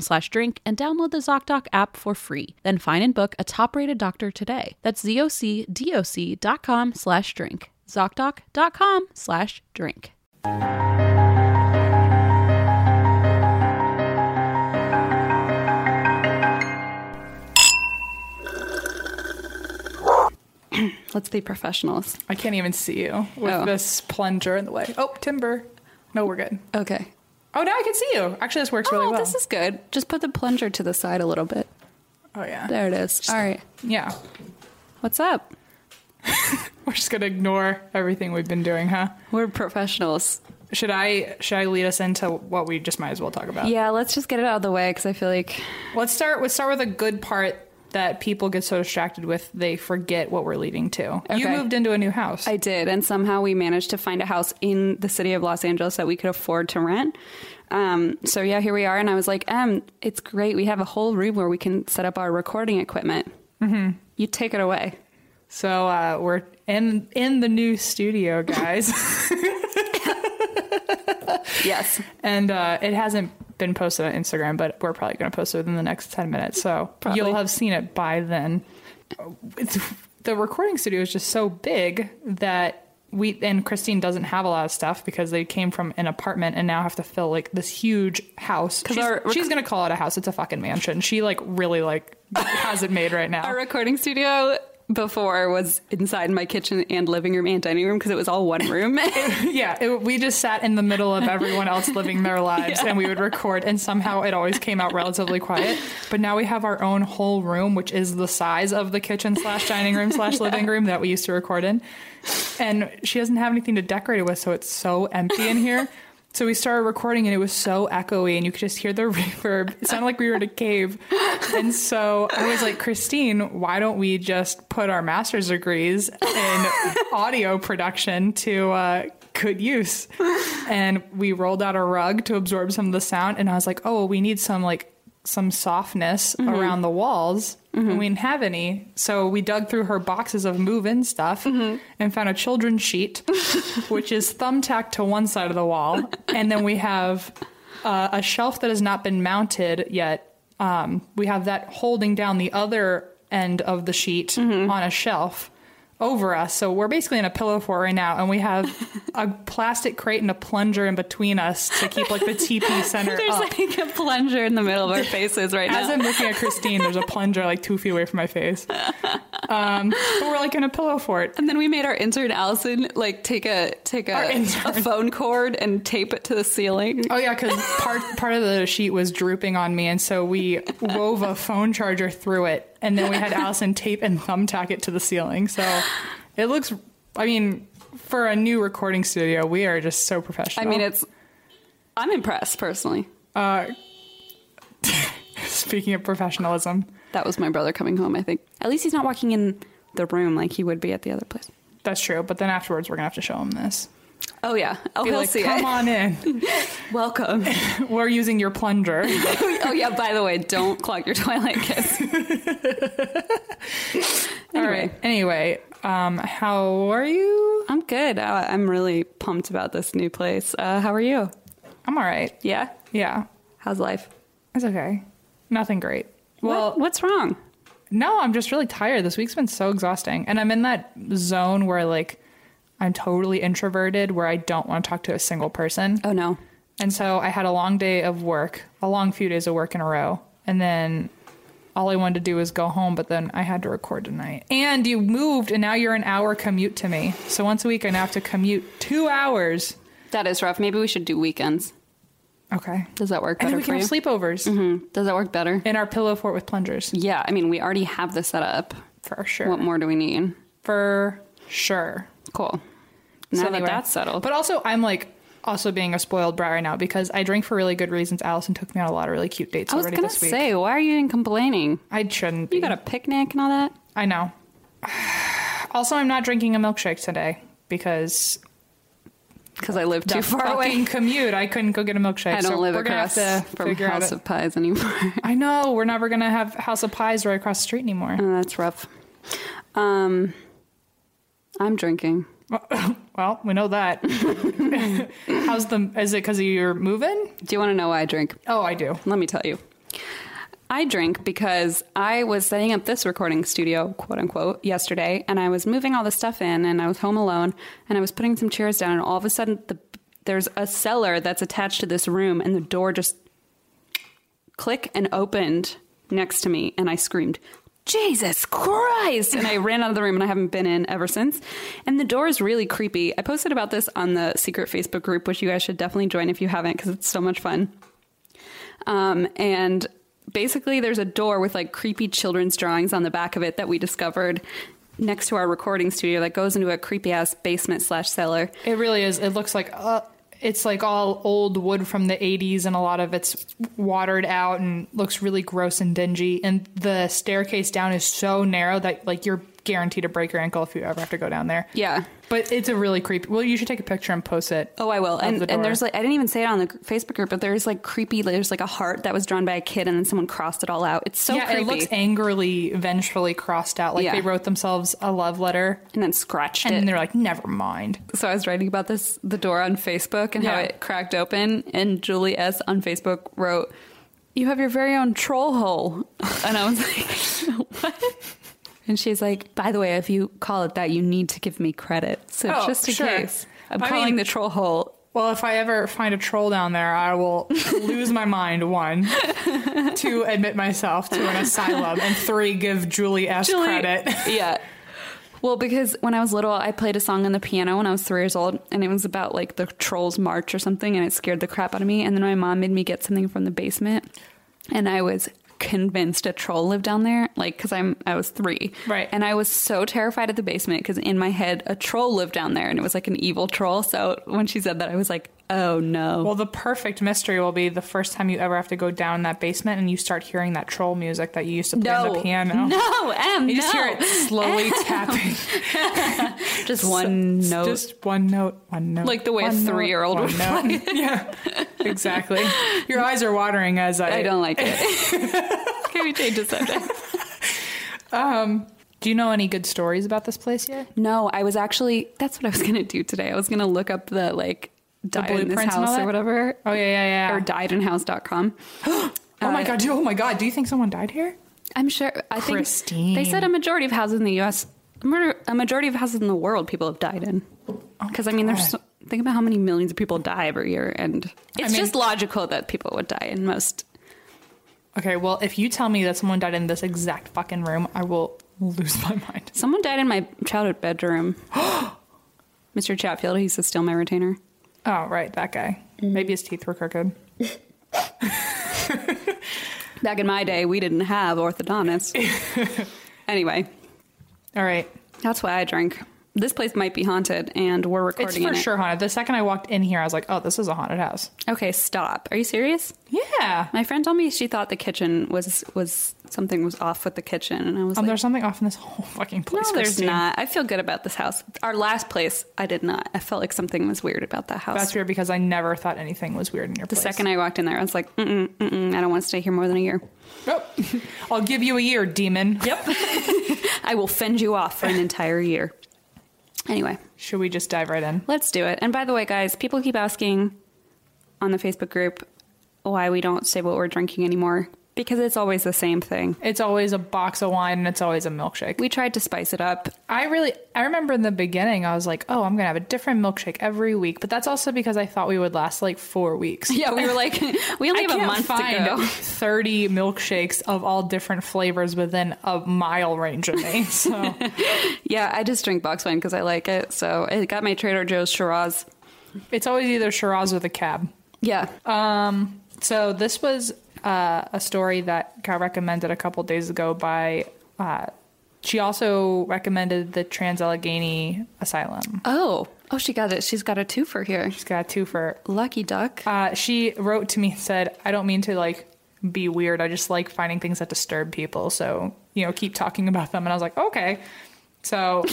slash drink and download the ZocDoc app for free. Then find and book a top-rated doctor today. That's zocdoc.com slash drink. ZocDoc.com slash drink. Let's be professionals. I can't even see you with Oh. this plunger in the way. Oh, timber. No, we're good. Okay. Oh, now I can see you. Actually, this works really oh, well. this is good. Just put the plunger to the side a little bit. oh yeah. There it is. All right. Yeah. What's up? We're just gonna ignore everything we've been doing, huh? We're professionals. Should I should I lead us into what we just might as well talk about? Yeah, let's just get it out of the way because I feel like Let's start. Let's start with a good part that people get so distracted with they forget what we're leading to. You Okay. moved into a new house. I did, and somehow we managed to find a house in the city of Los Angeles that we could afford to rent. Um, so yeah, here we are, and I was like, "Em, it's great. We have a whole room where we can set up our recording equipment. Mm-hmm. You take it away." so uh, we're in in the new studio, guys. Yes, and uh, it hasn't been posted on Instagram, but we're probably going to post it within the next ten minutes, so Probably. you'll have seen it by then. It's, the recording studio is just so big that we and Christine doesn't have a lot of stuff because they came from an apartment and now have to fill like this huge house. 'Cause She's, our rec- she's going to call it a house; it's a fucking mansion. She like really like has it made right now. our recording studio before was inside my kitchen and living room and dining room because it was all one room. yeah, it, we just sat in the middle of everyone else living their lives and we would record, and somehow it always came out relatively quiet. But now we have our own whole room, which is the size of the kitchen slash dining room slash living room that we used to record in. And she doesn't have anything to decorate it with, so it's so empty in here. So we started recording and it was so echoey and you could just hear the reverb. It sounded like we were in a cave. And so I was like, Christine, why don't we just put our master's degrees in audio production to uh, good use? And we rolled out a rug to absorb some of the sound. And I was like, oh, well, we need some like some softness Mm-hmm. around the walls. And we didn't have any. So we dug through her boxes of move in stuff Mm-hmm. and found a children's sheet, which is thumbtacked to one side of the wall. And then we have uh, a shelf that has not been mounted yet. Um, we have that holding down the other end of the sheet Mm-hmm. on a shelf over us. So we're basically in a pillow fort right now, and we have a plastic crate and a plunger in between us to keep like the TP center There's up. like a plunger in the middle of our faces right Oh. As now. I'm looking at Christine, there's a plunger like two feet away from my face. Um, but we're like in a pillow fort. and then we made our intern Allison like take a take Our a, intern. a phone cord and tape it to the ceiling. Oh yeah, because part part of the sheet was drooping on me, and so we wove a phone charger through it and then we had Allison tape and thumbtack it to the ceiling. So it looks. I mean, for a new recording studio, we are just so professional. I mean, it's. I'm impressed personally. Uh, speaking of professionalism, That was my brother coming home. I think at least he's not walking in the room like he would be at the other place. that's true. But then afterwards, we're gonna have to show him this. Oh yeah. Oh, Be he'll like, see come it. on in. Welcome. We're using your plunger. oh yeah. By the way, don't clog your toilet, kids. All Anyway. right. Anyway, um, how are you? I'm good. Uh, I'm really pumped about this new place. Uh, how are you? I'm all right. Yeah. Yeah, How's life? it's okay. Nothing great. Well, what's wrong? No, I'm just really tired. This week's been so exhausting. And I'm in that zone where like I'm totally introverted where I don't want to talk to a single person. Oh no. And so I had a long day of work, a long few days of work in a row. And then all I wanted to do was go home, but then I had to record tonight. And you moved and now you're an hour commute to me. So once a week I now have to commute 2 hours. That is rough. Maybe we should do weekends. Okay. Does that work And then better we for can you? have sleepovers Mhm. Does that work better? in our pillow fort with plungers. Yeah. I mean, we already have the setup. For sure. What more do we need? For sure. Cool. Now So that anyway. that's settled. But also, I'm like also being a spoiled brat right now because I drink for really good reasons. Allison took me on a lot of really cute dates I was already gonna this week. say, why are you even complaining? I shouldn't. Be. You got a picnic and all that. I know. also, I'm not drinking a milkshake today because Because I live too that far fucking away. commute. I couldn't go get a milkshake. I don't so live we're gonna across have to from figure out House a- of Pies anymore. I know we're never gonna have House of Pies right across the street anymore. Oh, that's rough. Um, I'm drinking. Well, we know that. How's the? Is it because you're moving? Do you want to know why I drink? Oh, I do. Let me tell you. I drink because I was setting up this recording studio, quote unquote, yesterday, and I was moving all the stuff in, and I was home alone, and I was putting some chairs down, and all of a sudden, the, there's a cellar that's attached to this room, and the door just click and opened next to me, and I screamed, Jesus Christ! And I ran out of the room, and I haven't been in ever since. And the door is really creepy. I posted about this on the secret Facebook group, which you guys should definitely join if you haven't, because it's so much fun. Um, and basically, there's a door with like creepy children's drawings on the back of it that we discovered next to our recording studio that goes into a creepy ass basement slash cellar. It really is. It looks like uh, it's like all old wood from the 80s, and a lot of it's watered out and looks really gross and dingy. And the staircase down is so narrow that like you're guaranteed to break your ankle if you ever have to go down there. Yeah. But it's a really creepy. Well, you should take a picture and post it. Oh, I will. of And, the and door. there's like, I didn't even say it on the Facebook group, but there's like creepy, there's like a heart that was drawn by a kid and then someone crossed it all out. It's so yeah, creepy. it looks angrily, vengefully crossed out. Like Yeah. they wrote themselves a love letter, and then scratched and it. then they're like, "Never mind." so I was writing about this the door on Facebook and how Yeah. it cracked open and Julie S on Facebook wrote you have your very own troll hole and I was like what and she's like by the way if you call it that you need to give me credit so Oh, just in sure. case I'm I calling mean- the troll hole Well, if I ever find a troll down there, I will lose my mind. One, two, admit myself to an asylum, and three, give Julie S Julie- credit. yeah. Well, because when I was little, I played a song on the piano when I was three years old, and it was about like the Trolls March or something, and it scared the crap out of me. And then my mom made me get something from the basement, and I was convinced a troll lived down there, like because I'm I was three, Right. And I was so terrified of the basement because in my head a troll lived down there, and it was like an evil troll. So when she said that, I was like, oh no, Well, the perfect mystery will be the first time you ever have to go down that basement and you start hearing that troll music that you used to play on the no, piano. no, Em, You just no. hear it slowly tapping. just one note. Just one note, one note. Like the way a one note, three-year-old one would note. Yeah, exactly. Your eyes are watering as I. I don't like it. Can we change the subject? Do you know any good stories about this place yet? No, I was actually that's what I was gonna do today. I was gonna look up the like died in this blueprints and all house that? or whatever. Oh, yeah, yeah, yeah. Or diedinhouse.com. oh, Uh, my God. Do, oh, my God. Do you think someone died here? I'm sure I think Christine. they said a majority of houses in the US murder a majority of houses in the world people have died in. Because I mean there's so, Oh God. think about how many millions of people die every year and it's mean- just logical that people would die in most Okay, well, if you tell me that someone died in this exact fucking room, I will lose my mind. someone died in my childhood bedroom. Mr. Chatfield, he used to steal my retainer. Mm-hmm. Oh, right, that guy. Maybe his teeth were crooked. Back in my day, we didn't have orthodontists. anyway, All right. that's why I drank. This place might be haunted, and we're recording It's for in it. sure haunted. The second I walked in here, I was like, oh, this is a haunted house. Okay, stop. Are you serious? Yeah. My friend told me she thought the kitchen was was something was off with the kitchen, and I was Um, like, there's something off in this whole fucking place. "No, there's Christine. not." I feel good about this house. Our last place, I did not. I felt like something was weird about that house. That's weird because I never thought anything was weird in your the place. second I walked in there, I was like, mm-mm, mm-mm, "I don't want to stay here more than a year. Oh, I'll give you a year, demon. Yep. I will fend you off for an entire year." Anyway, Should we just dive right in? Let's do it. And by the way, guys, people keep asking on the Facebook group why we don't say what we're drinking anymore because it's always the same thing. It's always a box of wine and it's always a milkshake. We tried to spice it up. I really, I remember in the beginning, I was like, oh, I'm going to have a different milkshake every week. But that's also because I thought we would last like four weeks. Yeah, we were like, we only I have can't a month find to go. 30 milkshakes of all different flavors within a mile range of me. So Yeah, I just drink box wine because I like it. So I got my Trader Joe's Shiraz. it's always either Shiraz or the cab. Yeah. Um, so this was uh, a story that got recommended a couple days ago by. Uh, she also recommended the Trans Allegheny Asylum. Oh, oh, she got it. She's got a twofer here. She's got two for. Lucky duck. Uh, she wrote to me and said, "I don't mean to like be weird. I just like finding things that disturb people. So you know, keep talking about them." And I was like, "Okay." So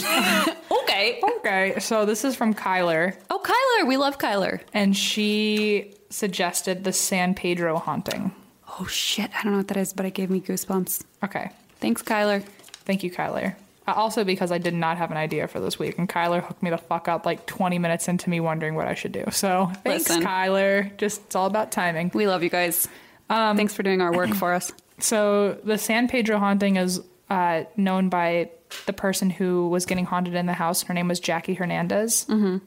Okay. okay, so this is from Kyler, Oh, Kyler. We love Kyler. and she suggested the San Pedro haunting. Oh, shit. I don't know what that is, but it gave me goosebumps. Okay, Thanks, Kyler. Thank you, Kyler. Uh, Also, because I did not have an idea for this week, and Kyler hooked me the fuck up like 20 minutes into me wondering what I should do. So thanks, Listen. Kyler. Just it's all about timing. We love you guys. Um, Thanks for doing our work for us. So the San Pedro haunting is uh, known by the person who was getting haunted in the house. Her name was Jackie Hernandez. Mm-hmm.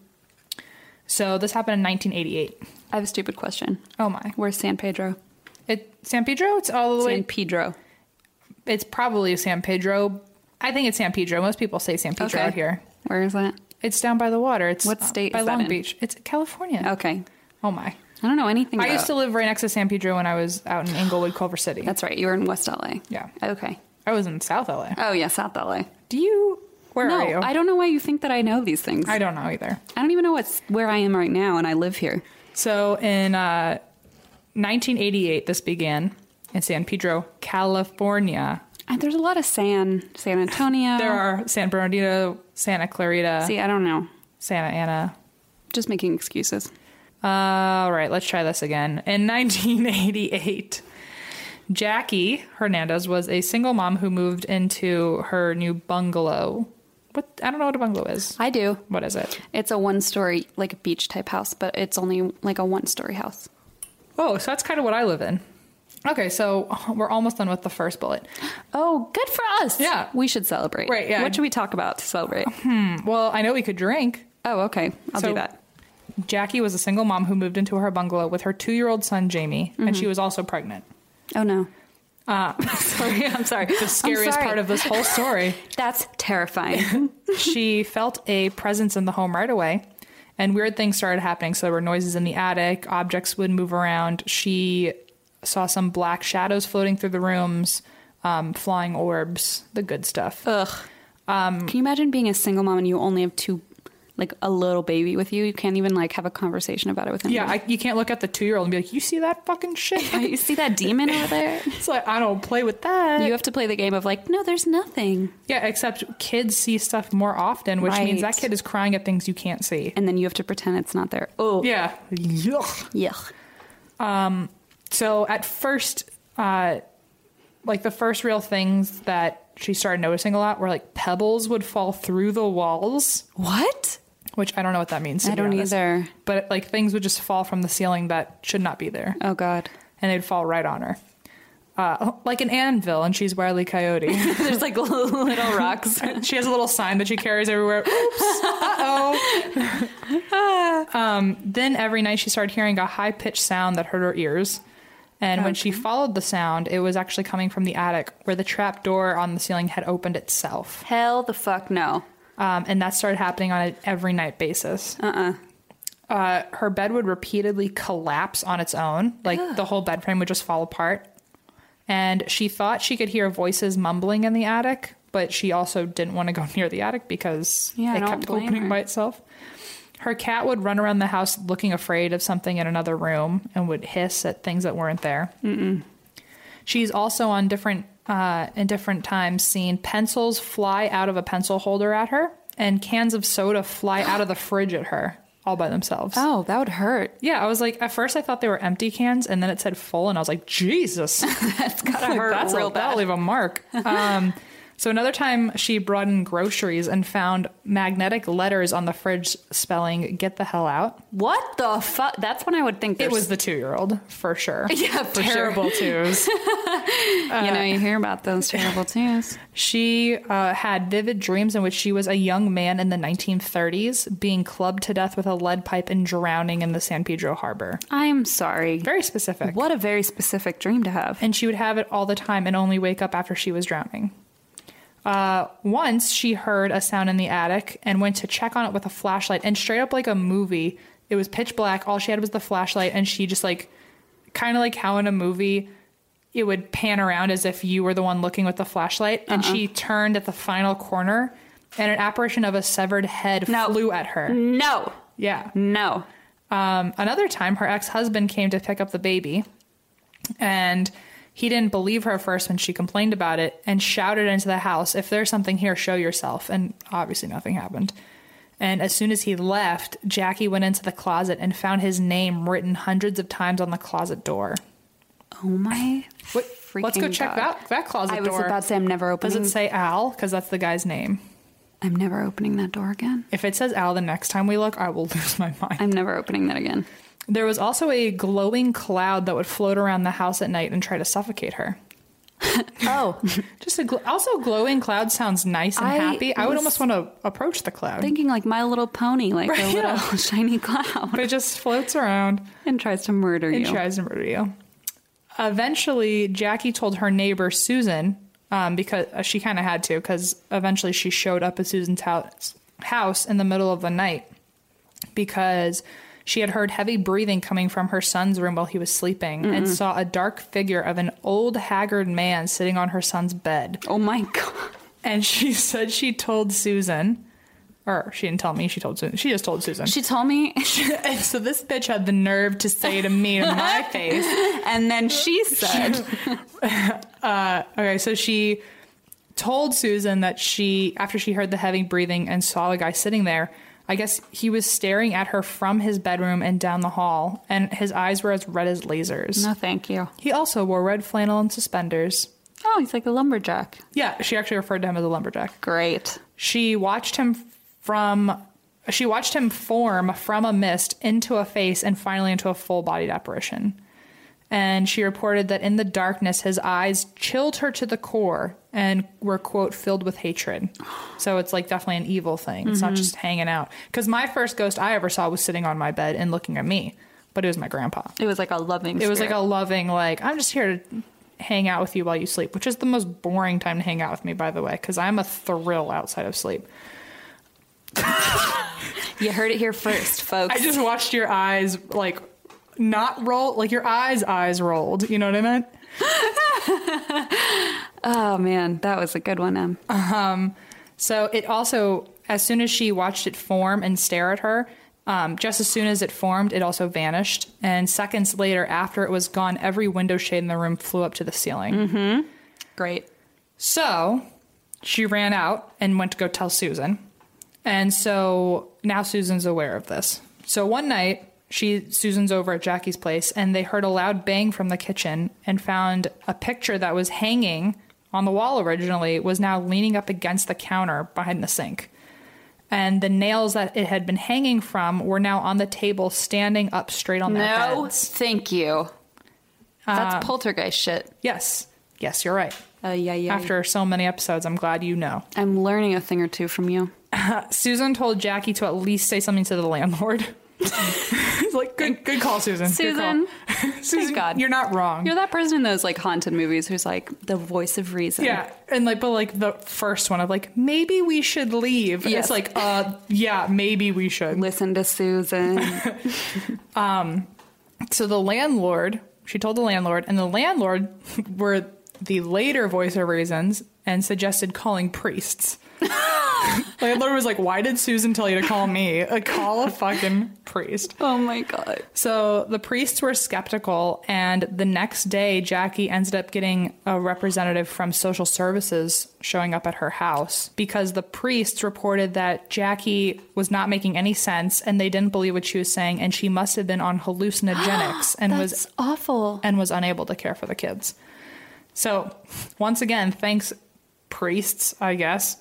So this happened in 1988. I have a stupid question. Oh my! Where's San Pedro? It San Pedro. It's all the way. San Pedro. It's probably San Pedro. I think it's San Pedro. Most people say San Pedro out here. Where is that? It's down by the water. It's What uh, state By is that Long in? Beach. It's California. Okay. Oh my! I don't know anything. I about- used to live right next to San Pedro when I was out in Inglewood, Culver City. That's right. You were in West LA. Yeah. Okay. I was in South LA. Oh yeah, South LA. Do you? Where no, are you? I don't know why you think that I know these things. I I, don't know either. don't even know what's where I am right now, and I live here. So in uh, 1988, this began in San Pedro, California. I, there's a lot of San San Antonio. There are San Bernardino, Santa Clarita, See, I don't know. Santa Ana. Uh, Just making excuses. All right, let's try this again. In 1988, Jackie Hernandez was a single mom who moved into her new bungalow. What I don't know what a bungalow is. I do. What is it? It's a one story, like a beach type house, but it's only like a one story house. Oh, so that's kind of what I live in. Okay, so we're almost done with the first bullet. Oh, good for us. Yeah. We should celebrate. Right, yeah. What should we talk about to celebrate? Well, I know we could drink. Oh, okay. I'll So- do that. Jackie was a single mom who moved into her bungalow with her two year old son, Jamie, and she was also pregnant. Oh no. Uh, sorry, I'm sorry. The scariest sorry. part of this whole story. That's terrifying. she felt a presence in the home right away and weird things started happening so there were noises in the attic objects would move around she saw some black shadows floating through the rooms um, flying orbs the good stuff Ugh. Um, Can you imagine being a single mom and you only have two, like a little baby with you? You can't even like have a conversation about it with him. yeah I, you can't look at the two-year-old and be like you see that fucking shit you see that demon over there? it's like i don't play with that You have to play the game of like, no, there's nothing, yeah except kids see stuff more often which means Right. that kid is crying at things you can't see and then you have to pretend it's not there. Oh, yeah Yuck. yuck. so at first uh like the first real things that she started noticing a lot were like pebbles would fall through the walls What? which i don't know what that means to I be don't honest. either. but like things would just fall from the ceiling that should not be there Oh God. and they'd fall right on her uh, like an anvil and she's wily coyote there's like little rocks. she has a little sign that she carries everywhere. Oops. Uh-oh. um, then every night she started hearing a high pitched sound that hurt her ears. And when she followed the sound, it was actually coming from the attic where the trap door on the ceiling had opened itself. Hell the fuck no. Um, and that started happening on an every night basis. Uh-uh. Uh, her bed would repeatedly collapse on its own. Like the whole bed frame would just fall apart. and she thought she could hear voices mumbling in the attic, but she also didn't want to go near the attic because Yeah, I it don't kept blame opening her. by itself. Her cat would run around the house looking afraid of something in another room and would hiss at things that weren't there. She's also on different uh, in different times seen pencils fly out of a pencil holder at her and cans of soda fly out of the fridge at her all by themselves. Oh, that would hurt. Yeah, I was like, at first I thought they were empty cans, and then it said full, and I was like, Jesus, that's gotta hurt that's real a, That'll leave a mark. Um, so another time she brought in groceries and found magnetic letters on the fridge spelling "Get the hell out." What the fuck? That's when I would think It there's- was the two-year-old for sure. Yeah, for sure. terrible twos. you know you hear about those terrible twos. She uh, had vivid dreams in which she was a young man in the 1930s being clubbed to death with a lead pipe and drowning in the San Pedro Harbor. I'm sorry. Very specific. What a very specific dream to have. and she would have it all the time and only wake up after she was drowning. Uh, once she heard a sound in the attic and went to check on it with a flashlight, and straight up like a movie, it was pitch black. All she had was the flashlight, and she just like kind of like how in a movie it would pan around as if you were the one looking with the flashlight. And she turned at the final corner, and an apparition of a severed head No. flew at her. No, Yeah. no. Um, another time, her ex husband came to pick up the baby, and he didn't believe her at first when she complained about it and shouted into the house, If there's something here, show yourself. And obviously, nothing happened. And as soon as he left, Jackie went into the closet and found his name written hundreds of times on the closet door. Oh my. Wait, let's go freaking check God. that, that closet I was door. about to say I'm never Does opening. it say Al? Because that's the guy's name. I'm never opening that door again. If it says Al the next time we look, I will lose my mind. I'm never opening that again. There was also a glowing cloud that would float around the house at night and try to suffocate her. oh, just a gl- also glowing cloud sounds nice and I happy. I would was almost want to approach the cloud, Thinking like My Little Pony, like a Right, little yeah. shiny cloud, but it just floats around and tries to murder and you. tries to murder you. Eventually, Jackie told her neighbor Susan um, because uh, she kind of had to because eventually she showed up at Susan's house house in the middle of the night because she had heard heavy breathing coming from her son's room while he was sleeping and saw a dark figure of an old haggard man sitting on her son's bed. oh my god. And she said she told Susan, or she didn't tell me, she told Susan. She just told Susan. She told me, and so this bitch had the nerve to say to me in my face. and then she said, Okay, so she told Susan that she, after she heard the heavy breathing and saw the guy sitting there, I guess he was staring at her from his bedroom and down the hall, and his eyes were as red as lasers. "No, thank you." He also wore red flannel and suspenders. Oh, he's like a lumberjack. Yeah, she actually referred to him as a lumberjack. Great. She watched him from. She watched him form from a mist into a face and finally into a full bodied apparition. And she reported that in the darkness, his eyes chilled her to the core and were, quote, filled with hatred. So it's like definitely an evil thing. It's not just hanging out. Because my first ghost I ever saw was sitting on my bed and looking at me, but it was my grandpa. It was like a loving. It was like a loving, like, I'm just here to hang out with you while you sleep, which is the most boring time to hang out with me, by the way, because I'm a thrill outside of sleep. You heard it here first, folks. I just watched your eyes, like, not roll, like your eyes, eyes rolled. You know what I meant? oh man, that was a good one, Em. So it also, as soon as she watched it form and stare at her, um, just as soon as it formed, it also vanished. And seconds later, after it was gone, every window shade in the room flew up to the ceiling. Great. So she ran out and went to go tell Susan. And so now Susan's aware of this. So one night, she Susan's over at Jackie's place and they heard a loud bang from the kitchen and found a picture that was hanging on the wall originally was now leaning up against the counter behind the sink. And the nails that it had been hanging from were now on the table standing up straight on their No, heads. thank you. Uh, That's poltergeist shit. Yes. Yes, you're right. Uh, yeah, yeah. After so many episodes, I'm glad you know. I'm learning a thing or two from you. Susan told Jackie to at least say something to the landlord. It's like good, good call, Susan. Good call. Susan, Susan, God. you're not wrong. you're that person in those like haunted movies who's like the voice of reason. yeah, and like, but like the first one of like maybe we should leave. Yes. It's like, uh, yeah, maybe we should. Listen to Susan. So the landlord, She told the landlord, and the landlord were the later voiceover reasons and suggested calling priests. landlord was like, Why did Susan tell you to call me? Uh, call a fucking priest. Oh my god. So the priests were skeptical, and the next day, Jackie ended up getting a representative from social services showing up at her house because the priests reported that Jackie was not making any sense and they didn't believe what she was saying, and she must have been on hallucinogenics and was awful. and was unable to care for the kids. So, once again, thanks priests, I guess,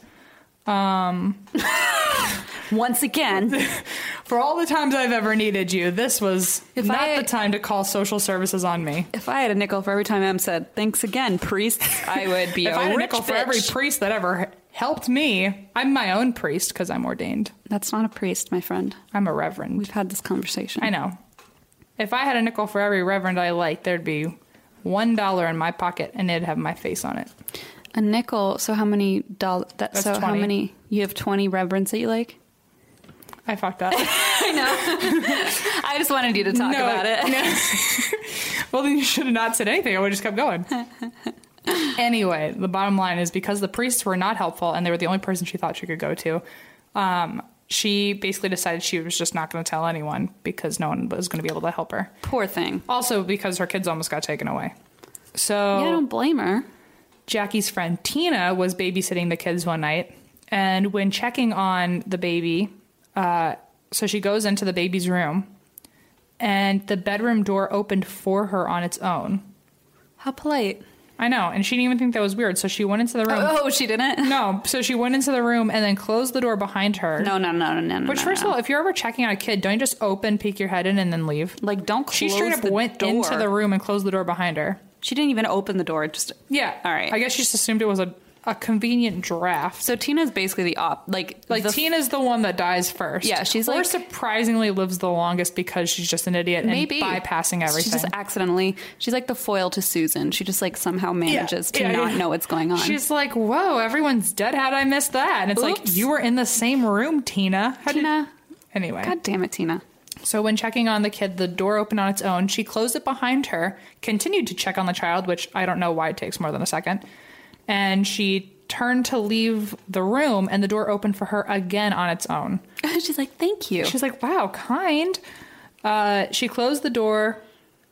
Once again, for all the times I've ever needed you. This was If not I- the time to call social services on me. if I had a nickel for every time Em said "thanks again, priest," I would be if a I had a rich nickel for every bitch. priest that ever h- helped me, I'm my own priest because I'm ordained. That's not a priest, my friend. I'm a reverend. We've had this conversation. I know. If I had a nickel for every reverend I liked, there'd be one dollar in my pocket and it'd have my face on it. A nickel. So how many dollars? That, That's so how 20. many? You have twenty reverends that you like. I fucked up. I know. I just wanted you to talk No, about it. well, then you should have not said anything. I would have just kept going. anyway, the bottom line is because the priests were not helpful and they were the only person she thought she could go to, um, she basically decided she was just not going to tell anyone because no one was going to be able to help her. Poor thing. Also, because her kids almost got taken away. Yeah, I So, don't blame her. Jackie's friend Tina was babysitting the kids one night. And when checking on the baby, uh, so she goes into the baby's room, and the bedroom door opened for her on its own. How polite. I know. And she didn't even think that was weird. So she went into the room. Oh, she didn't. No. So she went into the room and then closed the door behind her. No, no, no, no, no. no, Which, no, first no. of all, if you're ever checking on a kid, don't you just open, peek your head in, and then leave? like, don't close She straight up the went door. into the room and closed the door behind her. She didn't even open the door. Just Yeah. All right. I guess she just assumed it was a, a convenient draft. so Tina's basically the op. Like, Like the, Tina's the one that dies first. Yeah, she's or like- surprisingly lives the longest because she's just an idiot maybe and bypassing She everything. just accidentally. She's like the foil to Susan. She just like somehow Yeah, manages to yeah, not yeah. know what's going on. She's like, "Whoa, everyone's dead. How'd I miss that?" And it's like, Oops. "You were in the same room, Tina." How did- Tina. Anyway, God damn it, Tina. so when checking on the kid, the door opened on its own. She closed it behind her, continued to check on the child, which I don't know why it takes more than a second. And she turned to leave the room, and the door opened for her again on its own. she's like, thank you. She's like, wow, kind. Uh, she closed the door,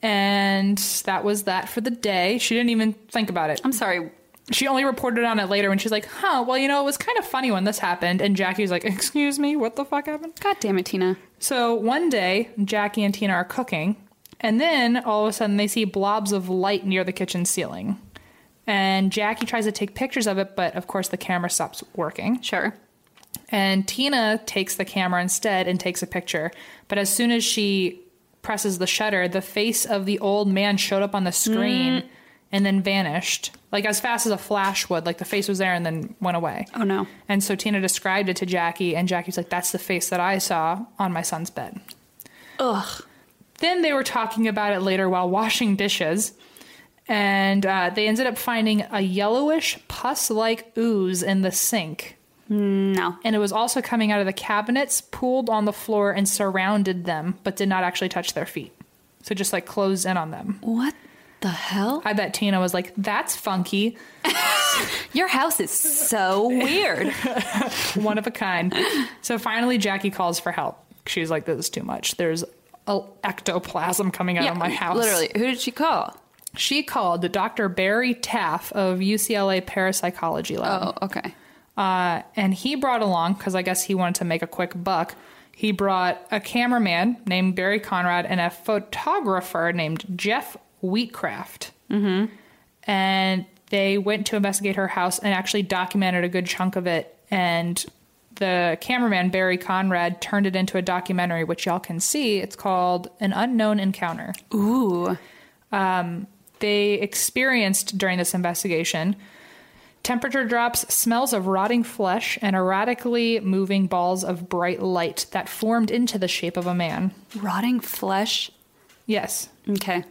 and that was that for the day. She didn't even think about it. I'm sorry. She only reported on it later when she's like, huh, well, you know, it was kind of funny when this happened. And Jackie was like, excuse me, what the fuck happened? God damn it, Tina. So one day, Jackie and Tina are cooking, and then all of a sudden they see blobs of light near the kitchen ceiling. And Jackie tries to take pictures of it, but of course the camera stops working. Sure. And Tina takes the camera instead and takes a picture. But as soon as she presses the shutter, the face of the old man showed up on the screen and then vanished. Like as fast as a flash would. Like the face was there and then went away. Oh no. And so Tina described it to Jackie, and Jackie's like, That's the face that I saw on my son's bed. Ugh. Then they were talking about it later while washing dishes, and uh, they ended up finding a yellowish, pus like ooze in the sink. No. And it was also coming out of the cabinets, pooled on the floor, and surrounded them, but did not actually touch their feet. So just like closed in on them. What the hell? I bet Tina was like, That's funky, Your house is so weird. one of a kind. so finally, Jackie calls for help. She's like, This is too much. There's a ectoplasm coming out of my house. Literally. Who did she call? She called Dr. Barry Taff of UCLA Parapsychology Lab. Oh, okay. Uh, and he brought along, because I guess he wanted to make a quick buck, he brought a cameraman named Barry Conrad and a photographer named Jeff Wheatcraft. Mm-hmm. And they went to investigate her house and actually documented a good chunk of it. And the cameraman, Barry Conrad, turned it into a documentary, which y'all can see. It's called An Unknown Encounter Um, Ooh. they experienced during this investigation temperature drops, smells of rotting flesh, and erratically moving balls of bright light that formed into the shape of a man. Rotting flesh. Yes, Okay.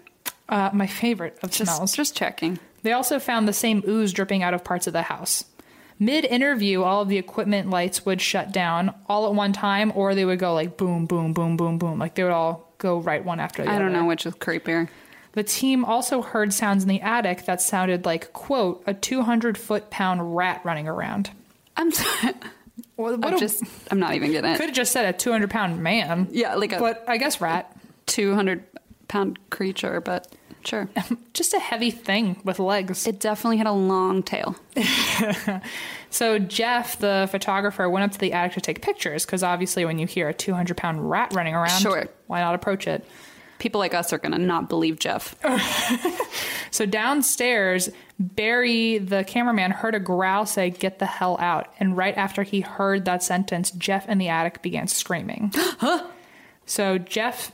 uh, my favorite of Just, smells. just checking. They also found the same ooze dripping out of parts of the house. Mid interview, all of the equipment lights would shut down all at one time, or they would go like boom, boom, boom, boom, boom. Like they would all go right one after the I other. don't know which is creepier. The team also heard sounds in the attic that sounded like, quote, a 200 foot pound rat running around. I'm sorry. Well, what I'm a- just, I'm not even getting it. could have just said a 200 pound man. Yeah, like a- But I guess rat. 200 pound creature, but sure. Just a heavy thing with legs. It definitely had a long tail. So Jeff, the photographer, went up to the attic to take pictures because obviously, when you hear a 200 pound rat running around, Sure. why not approach it? People like us are going to not believe Jeff. So downstairs, Barry, the cameraman, heard a growl say, Get the hell out. And right after he heard that sentence, Jeff in the attic began screaming. So Jeff,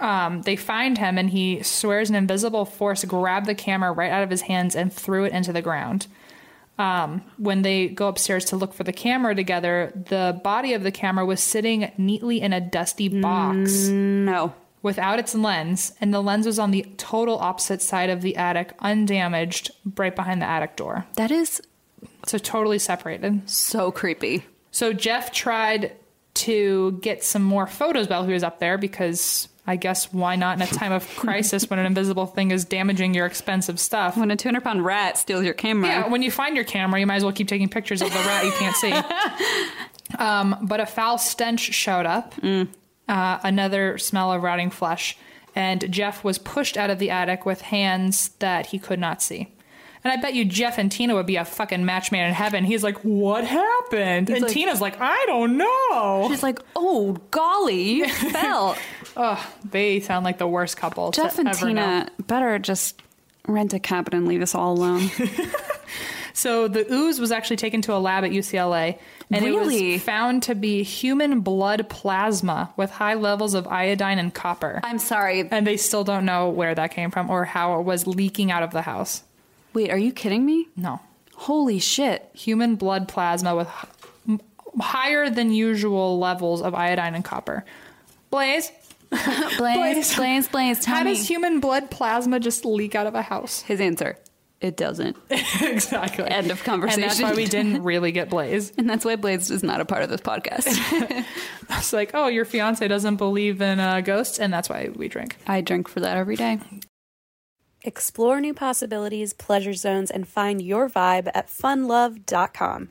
um, they find him and he swears an invisible force grabbed the camera right out of his hands and threw it into the ground. Um, when they go upstairs to look for the camera together, the body of the camera was sitting neatly in a dusty box No. without its lens, and the lens was on the total opposite side of the attic, undamaged, right behind the attic door. That is So totally separated. so creepy. So Jeff tried to get some more photos while he was up there because I guess why not in a time of crisis when an invisible thing is damaging your expensive stuff? When a 200 pound rat steals your camera. Yeah, when you find your camera, you might as well keep taking pictures of the rat you can't see. Um, but a foul stench showed up, Mm. uh, another smell of rotting flesh, and Jeff was pushed out of the attic with hands that he could not see. And I bet you Jeff and Tina would be a fucking match made in heaven. He's like, "What happened?" and like- Tina's like, "I don't know." She's like, oh, golly, you fell. Ugh, they sound like the worst couple. to Jeff and ever Tina know. better just rent a cabin and leave us all alone. So the ooze was actually taken to a lab at UCLA, and it Really? was found to be human blood plasma with high levels of iodine and copper. I'm sorry. and they still don't know where that came from or how it was leaking out of the house. Wait, are you kidding me? No, Holy shit. human blood plasma with h- m- higher than usual levels of iodine and copper. Blaze, Blaze, Blaze, Blaze, tell how me. does human blood plasma just leak out of a house? His answer, it doesn't. exactly. End of conversation. And that's why we didn't really get Blaze. And that's why Blaze is not a part of this podcast. It's like, oh, your fiance doesn't believe in uh, ghosts, and that's why we drink. I drink for that every day. Explore new possibilities, pleasure zones, and find your vibe at funlove.com.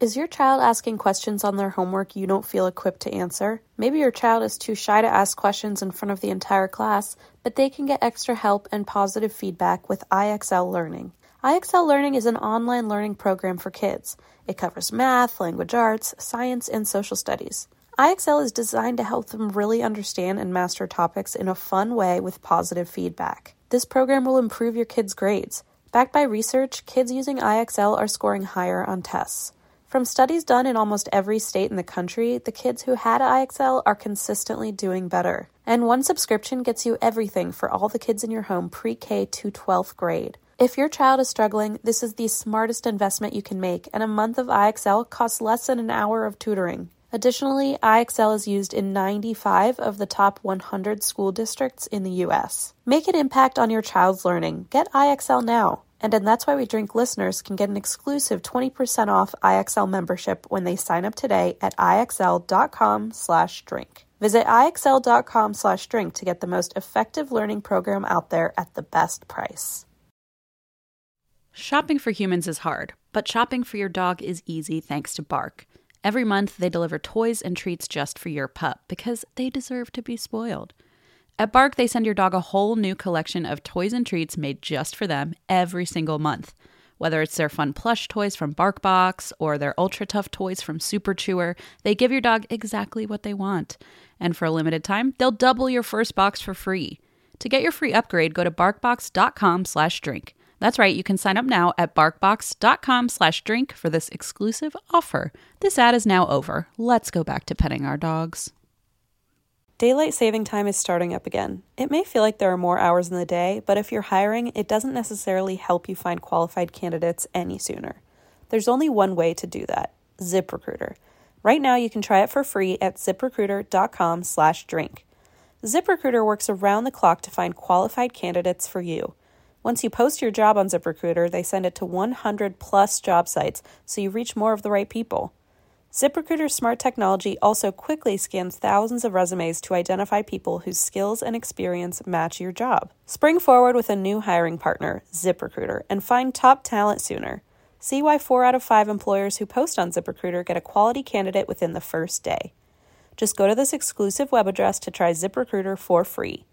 Is your child asking questions on their homework you don't feel equipped to answer? Maybe your child is too shy to ask questions in front of the entire class, but they can get extra help and positive feedback with IXL Learning. IXL Learning is an online learning program for kids. It covers math, language arts, science, and social studies. IXL is designed to help them really understand and master topics in a fun way with positive feedback. This program will improve your kids' grades. Backed by research, kids using IXL are scoring higher on tests. From studies done in almost every state in the country, the kids who had IXL are consistently doing better. And one subscription gets you everything for all the kids in your home pre K to 12th grade. If your child is struggling, this is the smartest investment you can make, and a month of IXL costs less than an hour of tutoring. Additionally, IXL is used in 95 of the top 100 school districts in the U.S. Make an impact on your child's learning. Get IXL now. And then that's why we drink listeners can get an exclusive 20% off IXL membership when they sign up today at IXL.com slash drink. Visit IXL.com slash drink to get the most effective learning program out there at the best price. Shopping for humans is hard, but shopping for your dog is easy thanks to Bark. Every month, they deliver toys and treats just for your pup because they deserve to be spoiled. At Bark, they send your dog a whole new collection of toys and treats made just for them every single month. Whether it's their fun plush toys from BarkBox or their ultra tough toys from Super Chewer, they give your dog exactly what they want. And for a limited time, they'll double your first box for free. To get your free upgrade, go to barkbox.com/drink. That's right, you can sign up now at barkbox.com/drink for this exclusive offer. This ad is now over. Let's go back to petting our dogs. Daylight saving time is starting up again. It may feel like there are more hours in the day, but if you're hiring, it doesn't necessarily help you find qualified candidates any sooner. There's only one way to do that, ZipRecruiter. Right now you can try it for free at ziprecruiter.com/drink. ZipRecruiter works around the clock to find qualified candidates for you. Once you post your job on ZipRecruiter, they send it to 100 plus job sites so you reach more of the right people. ZipRecruiter's smart technology also quickly scans thousands of resumes to identify people whose skills and experience match your job. Spring forward with a new hiring partner, ZipRecruiter, and find top talent sooner. See why 4 out of 5 employers who post on ZipRecruiter get a quality candidate within the first day. Just go to this exclusive web address to try ZipRecruiter for free.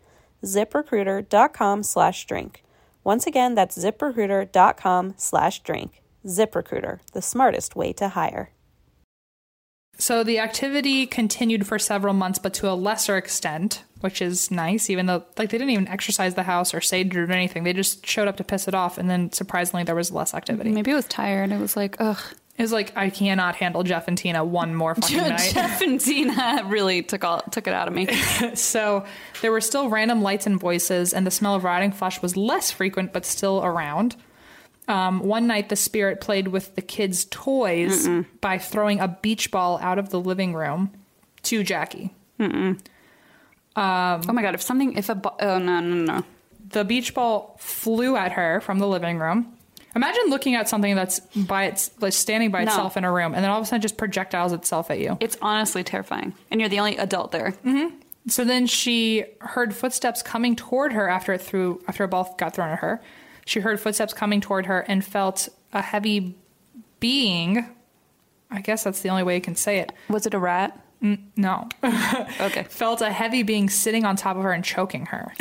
ZipRecruiter.com slash drink. Once again, that's ziprecruiter.com slash drink. ZipRecruiter, the smartest way to hire. So the activity continued for several months, but to a lesser extent, which is nice, even though like they didn't even exercise the house or sage it or anything. They just showed up to piss it off, and then surprisingly, there was less activity. Maybe it was tired. It was like, ugh. It was like I cannot handle Jeff and Tina one more fucking night. Um, Jeff and Tina really took all took it out of me. So there were still random lights and voices, and the smell of rotting flesh was less frequent but still around. Um, one night, the spirit played with the kids' toys by throwing a beach ball out of the living room to Jackie. oh my god! If something, if a bo- oh no no no. The beach ball flew at her from the living room. Imagine looking at something that's by its like standing by No. itself in a room, and then all of a sudden just projectiles itself at you. It's honestly terrifying, and you're the only adult there. So then she heard footsteps coming toward her after it threw after a ball got thrown at her. She heard footsteps coming toward her and felt a heavy being. I guess that's the only way you can say it. Was it a rat? No. Okay. felt a heavy being sitting on top of her and choking her.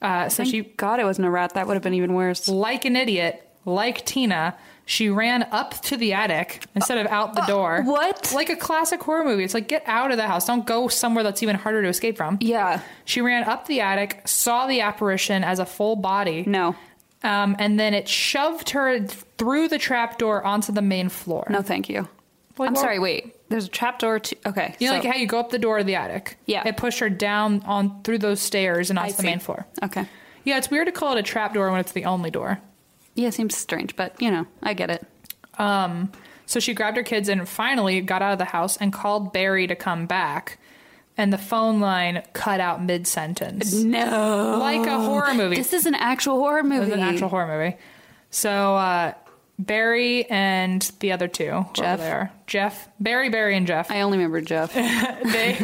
Uh, so she, God, it wasn't a rat. That would have been even worse. like an idiot, like Tina, she ran up to the attic instead of out the door. Uh, what? Like a classic horror movie. It's like get out of the house. Don't go somewhere that's even harder to escape from. Yeah. She ran up the attic, saw the apparition as a full body. No. Um, and then it shoved her through the trapdoor onto the main floor. No, thank you. Like, I'm well- sorry. Wait. There's a trapdoor. To- okay. You know, so- like how you go up the door of the attic. Yeah. It pushed her down on through those stairs and onto the see. main floor. okay. Yeah, it's weird to call it a trap door when it's the only door. Yeah, seems strange, but you know, I get it. Um, so she grabbed her kids and finally got out of the house and called Barry to come back. And the phone line cut out mid sentence. No. Like a horror movie. This is an actual horror movie. It was an actual horror movie. So uh, Barry and the other two, whoever Jeff. they are. Jeff, Barry, Barry, and Jeff. I only remember Jeff. they,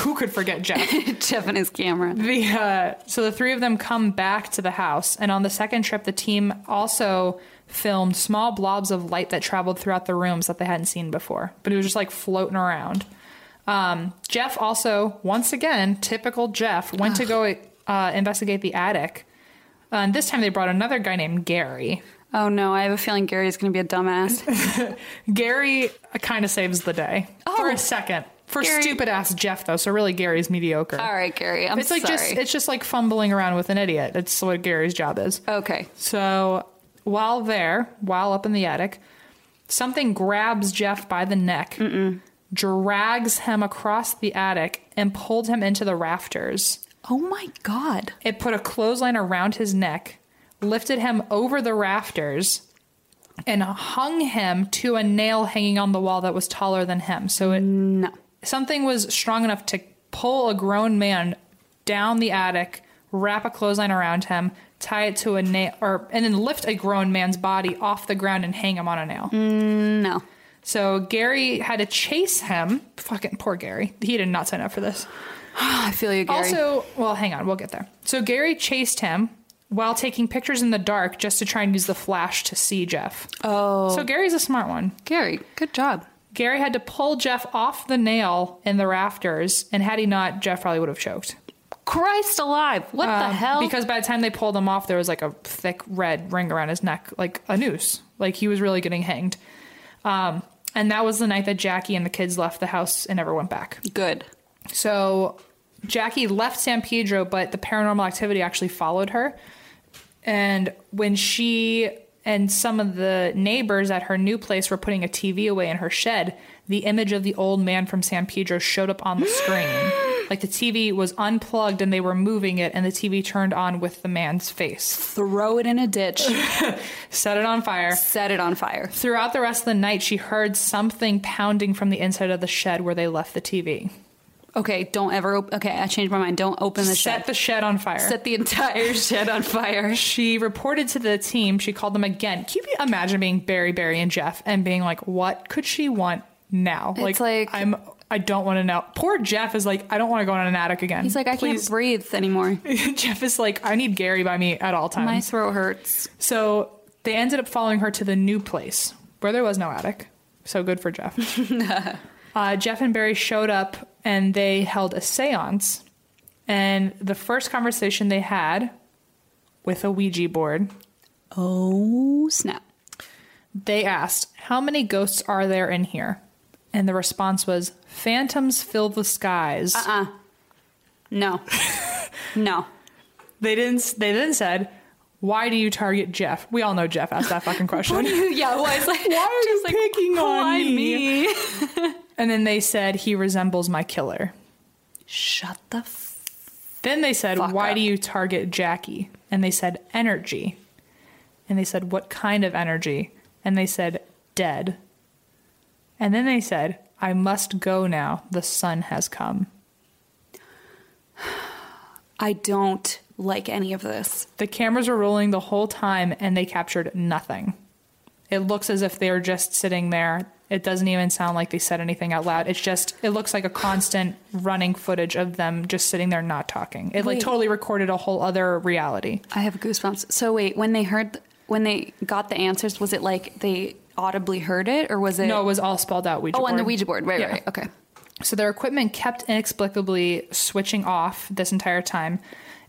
who could forget Jeff? Jeff and his camera. The uh, so the three of them come back to the house, and on the second trip, the team also filmed small blobs of light that traveled throughout the rooms that they hadn't seen before, but it was just like floating around. Um, Jeff also, once again, typical Jeff, went to go uh, investigate the attic. Uh, and this time they brought another guy named Gary. Oh no, I have a feeling Gary's going to be a dumbass. Gary kind of saves the day for Oh. a second for Gary- stupid ass Jeff though. So really, Gary's mediocre. All right, Gary. I'm it's like sorry. just it's just like fumbling around with an idiot. That's what Gary's job is. okay. So while there, while up in the attic, something grabs Jeff by the neck, drags him across the attic, and pulled him into the rafters. Oh my god. It put a clothesline around his neck, lifted him over the rafters, and hung him to a nail hanging on the wall that was taller than him. So it something was strong enough to pull a grown man down the attic, wrap a clothesline around him, tie it to a nail, or and then lift a grown man's body off the ground and hang him on a nail. No. So Gary had to chase him. Fucking poor Gary. He did not sign up for this. I feel you, Gary. Also, well, hang on, we'll get there. So Gary chased him while taking pictures in the dark just to try and use the flash to see Jeff. Oh, So Gary's a smart one. Gary, good job. Gary had to pull Jeff off the nail in the rafters, and had he not, Jeff probably would have choked. Christ alive! What the Um, hell? Because by the time they pulled him off, there was like a thick red ring around his neck, like a noose. Like he was really getting hanged. Um, and that was the night that Jackie and the kids left the house and never went back. good. So Jackie left San Pedro, but the paranormal activity actually followed her. And when she and some of the neighbors at her new place were putting a TV away in her shed, the image of the old man from San Pedro showed up on the screen. Like the TV was unplugged and they were moving it, and the TV turned on with the man's face. Throw it in a ditch. Set it on fire. set it on fire. Throughout the rest of the night, she heard something pounding from the inside of the shed where they left the TV. Okay, don't ever. Op- okay, I changed my mind. Don't open the Set shed. the shed on fire. set the entire shed on fire. She reported to the team. She called them again. Can you imagine being Barry, Barry, and Jeff and being like, what could she want now? It's like- I'm. I don't want to know. Poor Jeff is like, I don't want to go in an attic again. He's like, I can't breathe anymore. can't. Jeff is like, I need Gary by me at all times. My throat hurts. So they ended up following her to the new place where there was no attic. So good for Jeff. uh, Jeff and Barry showed up and they held a seance. And the first conversation they had with a Ouija board Oh snap! They asked, How many ghosts are there in here? And the response was, Phantoms fill the skies. No, no. They didn't they then said, Why do you target Jeff? We all know Jeff asked that fucking question. yeah, why? It's like, Why are you just like, picking on why me? me? and then they said, He resembles my killer. Shut the. F- Then they said, Fuck Why up. do you target Jackie? And they said, Energy. And they said, What kind of energy? And they said, Dead. And then they said, I must go now. The sun has come. I don't like any of this. The cameras were rolling the whole time and they captured nothing. It looks as if they were just sitting there. It doesn't even sound like they said anything out loud. It's just it looks like a constant running footage of them just sitting there not talking. It like Wait. totally recorded a whole other reality. I have goosebumps. So wait, when they heard, when they got the answers, was it like they audibly heard it, or was it? No, it was all spelled out Ouija oh, board. on the Ouija board. Right, Yeah. right, right. Okay. So their equipment kept inexplicably switching off this entire time.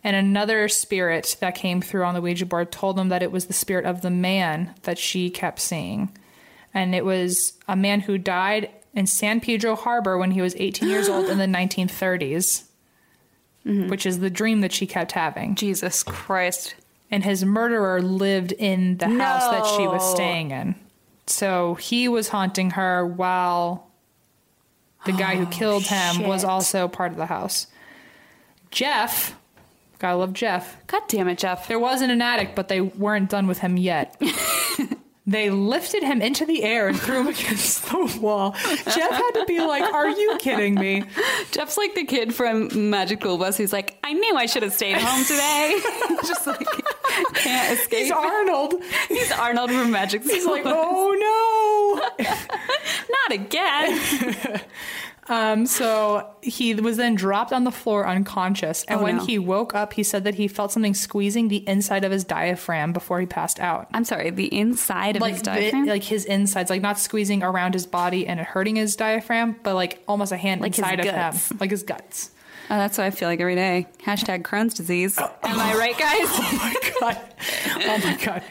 And another spirit that came through on the Ouija board told them that it was the spirit of the man that she kept seeing. And it was a man who died in San Pedro Harbor when he was 18 years old in the 1930s, which is the dream that she kept having. Jesus Christ. And his murderer lived in the house that she was No. staying in. So he was haunting her while the guy who killed him was Oh, shit. also part of the house. Jeff, gotta love Jeff. God damn it, Jeff. There wasn't an attic, but they weren't done with him yet. they lifted him into the air and threw him against the wall. Jeff had to be like, Are you kidding me? Jeff's like the kid from Magical Bus who's like, I knew I should have stayed home today. Just like can't escape. He's Arnold. He's Arnold from Magic He's like, Oh no. Not again. Um, so he was then dropped on the floor unconscious. And Oh, when no. he woke up, he said that he felt something squeezing the inside of his diaphragm before he passed out. I'm sorry, the inside of his Like, the, diaphragm? like his insides, like not squeezing around his body and it hurting his diaphragm, but like almost a hand Like his inside of guts. him, like his guts. oh, that's what I feel like every day. Hashtag Crohn's disease. Am I right, guys? Oh my god! Oh my god!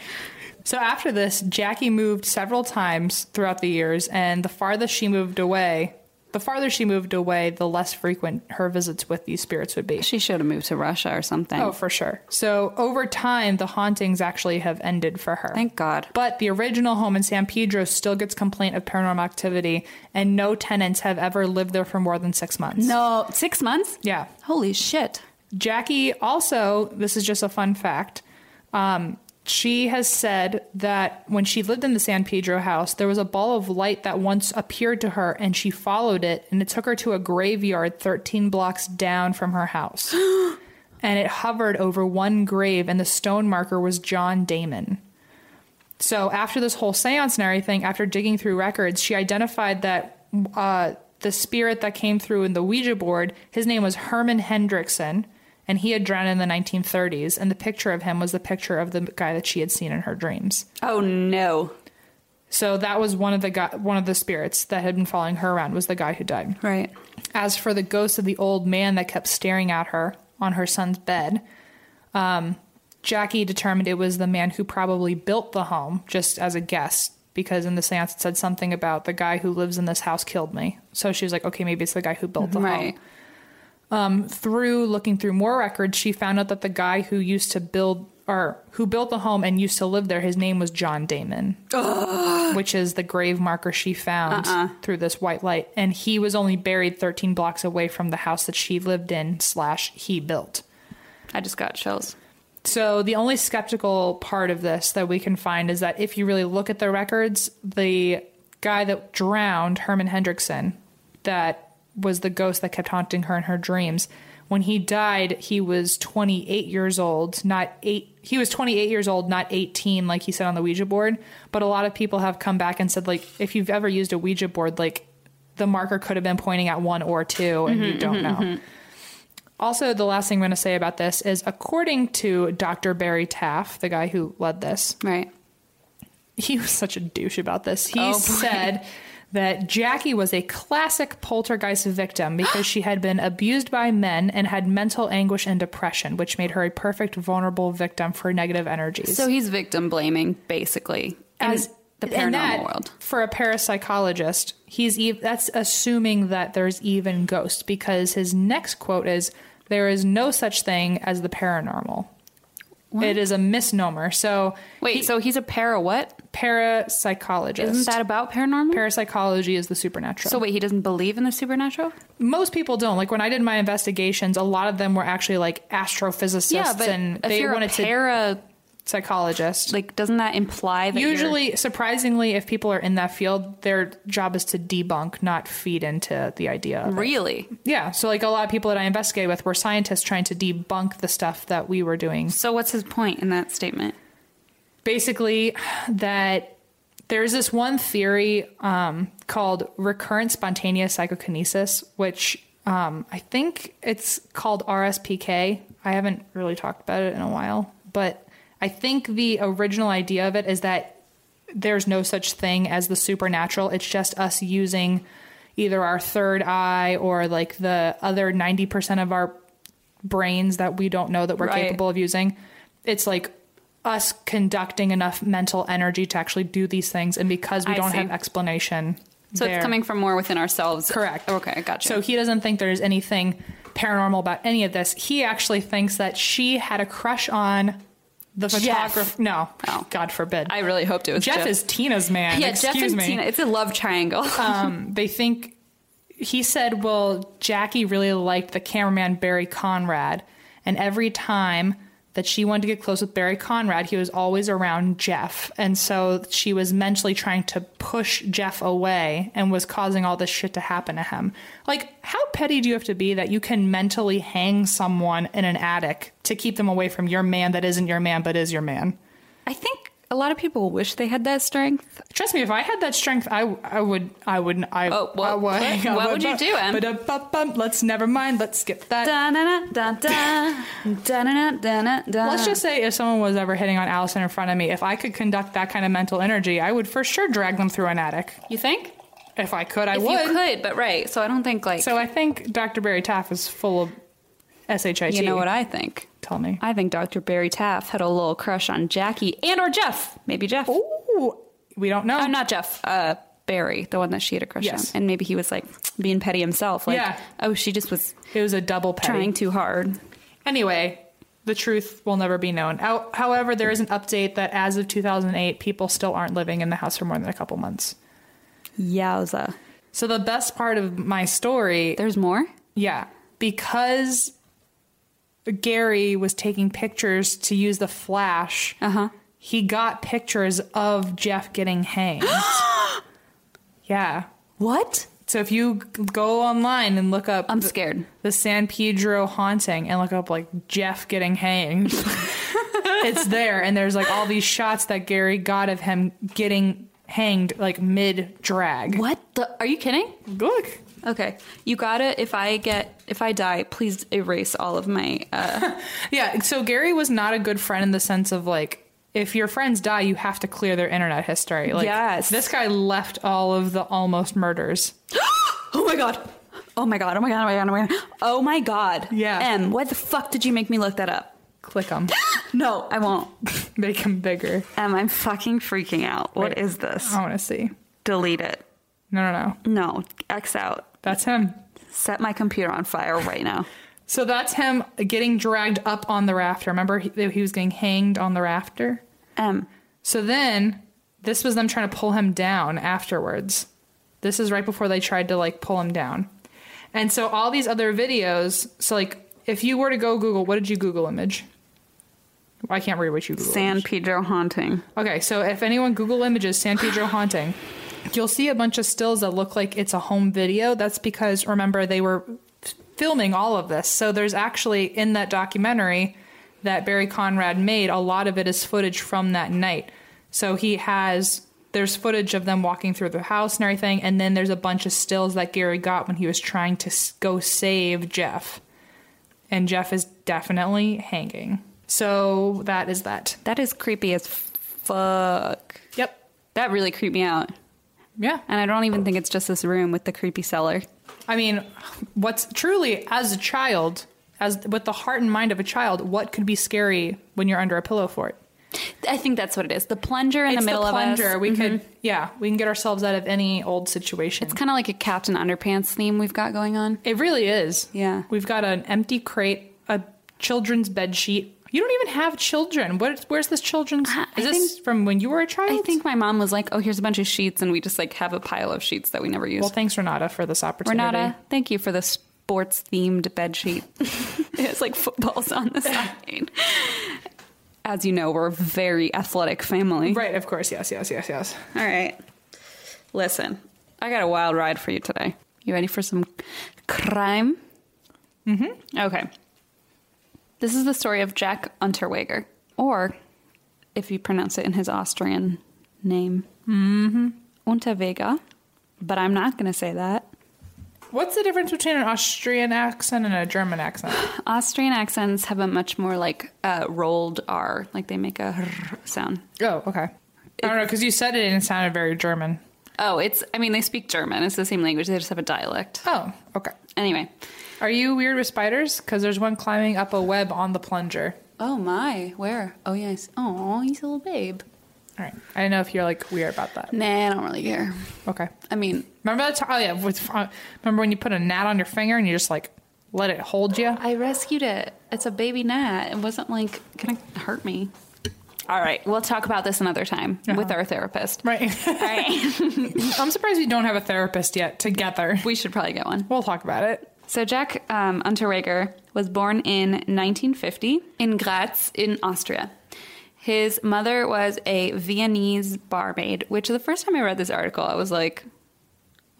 So after this, Jackie moved several times throughout the years, and the farthest she moved away, the farther she moved away, the less frequent her visits with these spirits would be. she should have moved to Russia or something. Oh, for sure. So over time, the hauntings actually have ended for her. Thank God. But the original home in San Pedro still gets complaint of paranormal activity, and no tenants have ever lived there for more than six months. No, six months? Yeah. Holy shit. Jackie also, this is just a fun fact. Um, she has said that when she lived in the San Pedro house, there was a ball of light that once appeared to her and she followed it and it took her to a graveyard 13 blocks down from her house. and it hovered over one grave and the stone marker was John Damon. So after this whole seance and everything, after digging through records, she identified that uh, the spirit that came through in the Ouija board, his name was Herman Hendrickson, and he had drowned in the 1930s, and the picture of him was the picture of the guy that she had seen in her dreams. Oh no. So that was one of the guy, one of the spirits that had been following her around was the guy who died. Right. As for the ghost of the old man that kept staring at her on her son's bed, um, Jackie determined it was the man who probably built the home, just as a guess, because in the seance it said something about the guy who lives in this house killed me. So she was like, okay, maybe it's the guy who built the Right. home. Um, through looking through more records, she found out that the guy who used to build or who built the home and used to live there, his name was John Damon, which is the grave marker she found through this white light. And he was only buried 13 blocks away from the house that she lived in slash he built. I just got chills. So the only skeptical part of this that we can find is that if you really look at the records, the guy that drowned Herman Hendrickson, that was the ghost that kept haunting her in her dreams. When he died, he was 28 years old, not eight. He was 28 years old, not 18, like he said on the Ouija board. But a lot of people have come back and said, like, if you've ever used a Ouija board, like, the marker could have been pointing at one or two, and you don't know. Also, the last thing I'm going to say about this is according to Dr. Barry Taff, the guy who led this, Right. he was such a douche about this. He Oh, boy. said that Jackie was a classic poltergeist victim because she had been abused by men and had mental anguish and depression, which made her a perfect vulnerable victim for negative energies. So he's victim blaming basically as the paranormal and that, world. For a parapsychologist, he's ev- that's assuming that there's even ghosts because his next quote is there is no such thing as the paranormal. It is a misnomer. So Wait, so he's a para what? parapsychologist. Isn't that about paranormal? parapsychology is the supernatural. so wait, he doesn't believe in the supernatural? most people don't. Like when I did my investigations, a lot of them were actually like astrophysicists yeah, but and if they you're a wanted para, to psychologist. like, doesn't that imply that you're- Usually, surprisingly, if people are in that field, their job is to debunk, not feed into the idea. of it. really? Yeah. So, like a lot of people that I investigated with were scientists trying to debunk the stuff that we were doing. So what's his point in that statement? Basically, that there's this one theory um, called recurrent spontaneous psychokinesis, which um, I think it's called RSPK. I haven't really talked about it in a while, but I think the original idea of it is that there's no such thing as the supernatural. It's just us using either our third eye or like the other 90% of our brains that we don't know that we're Right. capable of using. It's like us conducting enough mental energy to actually do these things. And because we I don't see. have explanation, So there- it's coming from more within ourselves. Correct. Okay, gotcha. So he doesn't think there's anything paranormal about any of this. He actually thinks that she had a crush on the Jeff. photographer. No, Oh. God forbid. I really hoped it was Jeff, Jeff. is Tina's man. yeah, Excuse Jeff and me. Tina. It's a love triangle. Um, they think he said, "Well, Jackie really liked the cameraman Barry Conrad, and every time." That she wanted to get close with Barry Conrad, he was always around Jeff. And so she was mentally trying to push Jeff away and was causing all this shit to happen to him. Like, how petty do you have to be that you can mentally hang someone in an attic to keep them away from your man that isn't your man but is your man? I think a lot of people wish they had that strength. Trust me, if I had that strength, I, I would, I would, I, Oh, what- I would, what? What would you do, Em? Ba-da-ba-bum. Let's never mind. Let's skip that. Da na da da da na da da. Let's just say if someone was ever hitting on Allison in front of me, if I could conduct that kind of mental energy, I would for sure drag them through an attic. You think? If I could, I If would. you could, but right. So I don't think like So I think Dr. Barry Taff is full of shit. you know what I think. tell me? I think Dr. Barry Taff had a little crush on Jackie and or Jeff. Maybe Jeff. Ooh, we don't know. I'm not Jeff. Uh, Barry, the one that she had a crush Yes. on, and maybe he was like being petty himself. Like, Yeah. oh, she just was It was a double petty. trying too hard. Anyway, the truth will never be known. How- However, there is an update that as of 2008, people still aren't living in the house for more than a couple months. Yowza. So the best part of my story, There's more. yeah, because Gary was taking pictures to use the flash. Uh-huh. He got pictures of Jeff getting hanged. yeah. What? So if you g- go online and look up I'm th- scared. the San Pedro haunting and look up like Jeff getting hanged. it's there and there's like all these shots that Gary got of him getting hanged like mid drag. What the? Are you kidding? Look. Okay, you gotta. If I get, if I die, please erase all of my. Uh, Yeah, so Gary was not a good friend in the sense of like if your friends die, you have to clear their internet history. Like Yes. this guy left all of the almost murders. oh my god. Oh my god. Oh my god. Oh my god. Oh my god. Oh my god. Yeah. M. Why the fuck did you make me look that up? Click them, No, I won't. make them bigger. M. I'm fucking freaking out. What Wait. is this? I want to see. Delete it. No, no, no. No. X out. That's him. Set my computer on fire right now. So that's him getting dragged up on the rafter. Remember he, he was getting hanged on the rafter? M. So then this was them trying to pull him down afterwards. This is right before they tried to like pull him down. And so all these other videos, so like if you were to go Google, what did you Google image? I can't read what you Google. San Pedro haunting. Okay, so if anyone Google images San Pedro haunting, you'll see a bunch of stills that look like it's a home video. That's because remember they were f- filming all of this. So there's actually in that documentary that Barry Conrad made, a lot of it is footage from that night. So he has there's footage of them walking through the house and everything, and then there's a bunch of stills that Gary got when he was trying to s- go save Jeff. And Jeff is definitely hanging. So that is that. That is creepy as fuck. Yep. That really creeped me out. Yeah. And I don't even think it's just this room with the creepy cellar. I mean, what's truly as a child, as with the heart and mind of a child, what could be scary when you're under a pillow for it? I think that's what it is. The plunger in It's the middle plunger. of us. Mm-hmm. We could, yeah, we can get ourselves out of any old situation. It's kind of like a Captain Underpants theme we've got going on. it really is. Yeah. we've got an empty crate, a children's bed sheet. You don't even have children. What, where's this children's? I- I Is this from when you were a child? I think my mom was like, "Oh, here's a bunch of sheets," and we just like have a pile of sheets that we never use. Well, thanks, Renata, for this opportunity. Renata, thank you for the sports themed bed sheet. it's like footballs on the side. As you know, we're a very athletic family. Right, of course. Yes, yes, yes, yes. All right. Listen, I got a wild ride for you today. You ready for some crime? Mm-hmm. Okay. This is the story of Jack Unterweger, or if you pronounce it in his Austrian name, mm-hmm. Unterweger. But I'm not going to say that. What's the difference between an Austrian accent and a German accent? Austrian accents have a much more like uh, rolled R, like they make a r sound. Oh, okay. I don't know because you said it and it sounded very German. Oh, it's, I mean, they speak German. It's the same language. They just have a dialect. Oh, okay. Anyway. Are you weird with spiders? Because there's one climbing up a web on the plunger. Oh my, where? Oh yes. Oh, he's a little babe. All right. I don't know if you're like weird about that. Nah, I don't really care. Okay. I mean, Remember that? T- oh yeah. With, uh, remember when you put a gnat on your finger and you just like let it hold you? I rescued it. It's a baby gnat. It wasn't like gonna hurt me. All right, we'll talk about this another time with our therapist. Right. All right. I'm surprised we don't have a therapist yet together. we should probably get one. We'll talk about it. So Jack um, Unterweger was born in 1950 in Graz, in Austria. His mother was a Viennese barmaid, which the first time I read this article, I was like,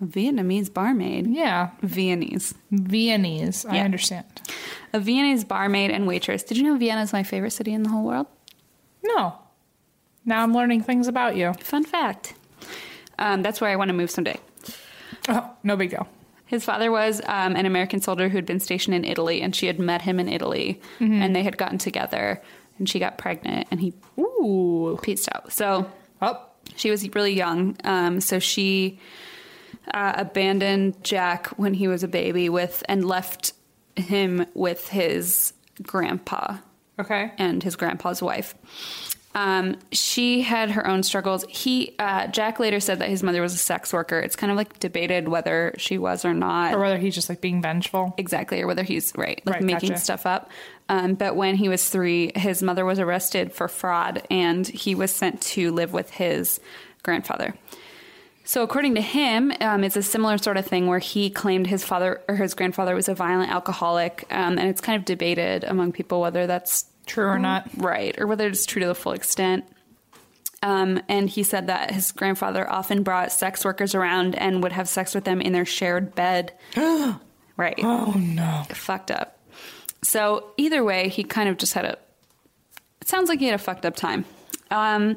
Vietnamese barmaid? Yeah. Viennese. Viennese. I Yeah. understand. A Viennese barmaid and waitress. Did you know Vienna is my favorite city in the whole world? No. Now I'm learning things about you. Fun fact. Um, that's where I want to move someday. Oh, no big deal. His father was um, an American soldier who had been stationed in Italy, and she had met him in Italy, and they had gotten together, and she got pregnant, and he Ooh. peaced out. So Oh. she was really young. Um, so she uh, abandoned Jack when he was a baby with and left him with his grandpa. Okay. and his grandpa's wife. Um, she had her own struggles. He uh, Jack later said that his mother was a sex worker. It's kind of like debated whether she was or not Or whether he's just like being vengeful. exactly, or whether he's right, like Right, making gotcha. stuff up. Um, but when he was three, his mother was arrested for fraud, and he was sent to live with his grandfather. So, according to him, um, it's a similar sort of thing where he claimed his father or his grandfather was a violent alcoholic, um, and it's kind of debated among people whether that's True or not. right or whether it's true to the full extent um, and he said that his grandfather often brought sex workers around and would have sex with them in their shared bed right Oh no. fucked up so either way he kind of just had a it sounds like he had a fucked up time um,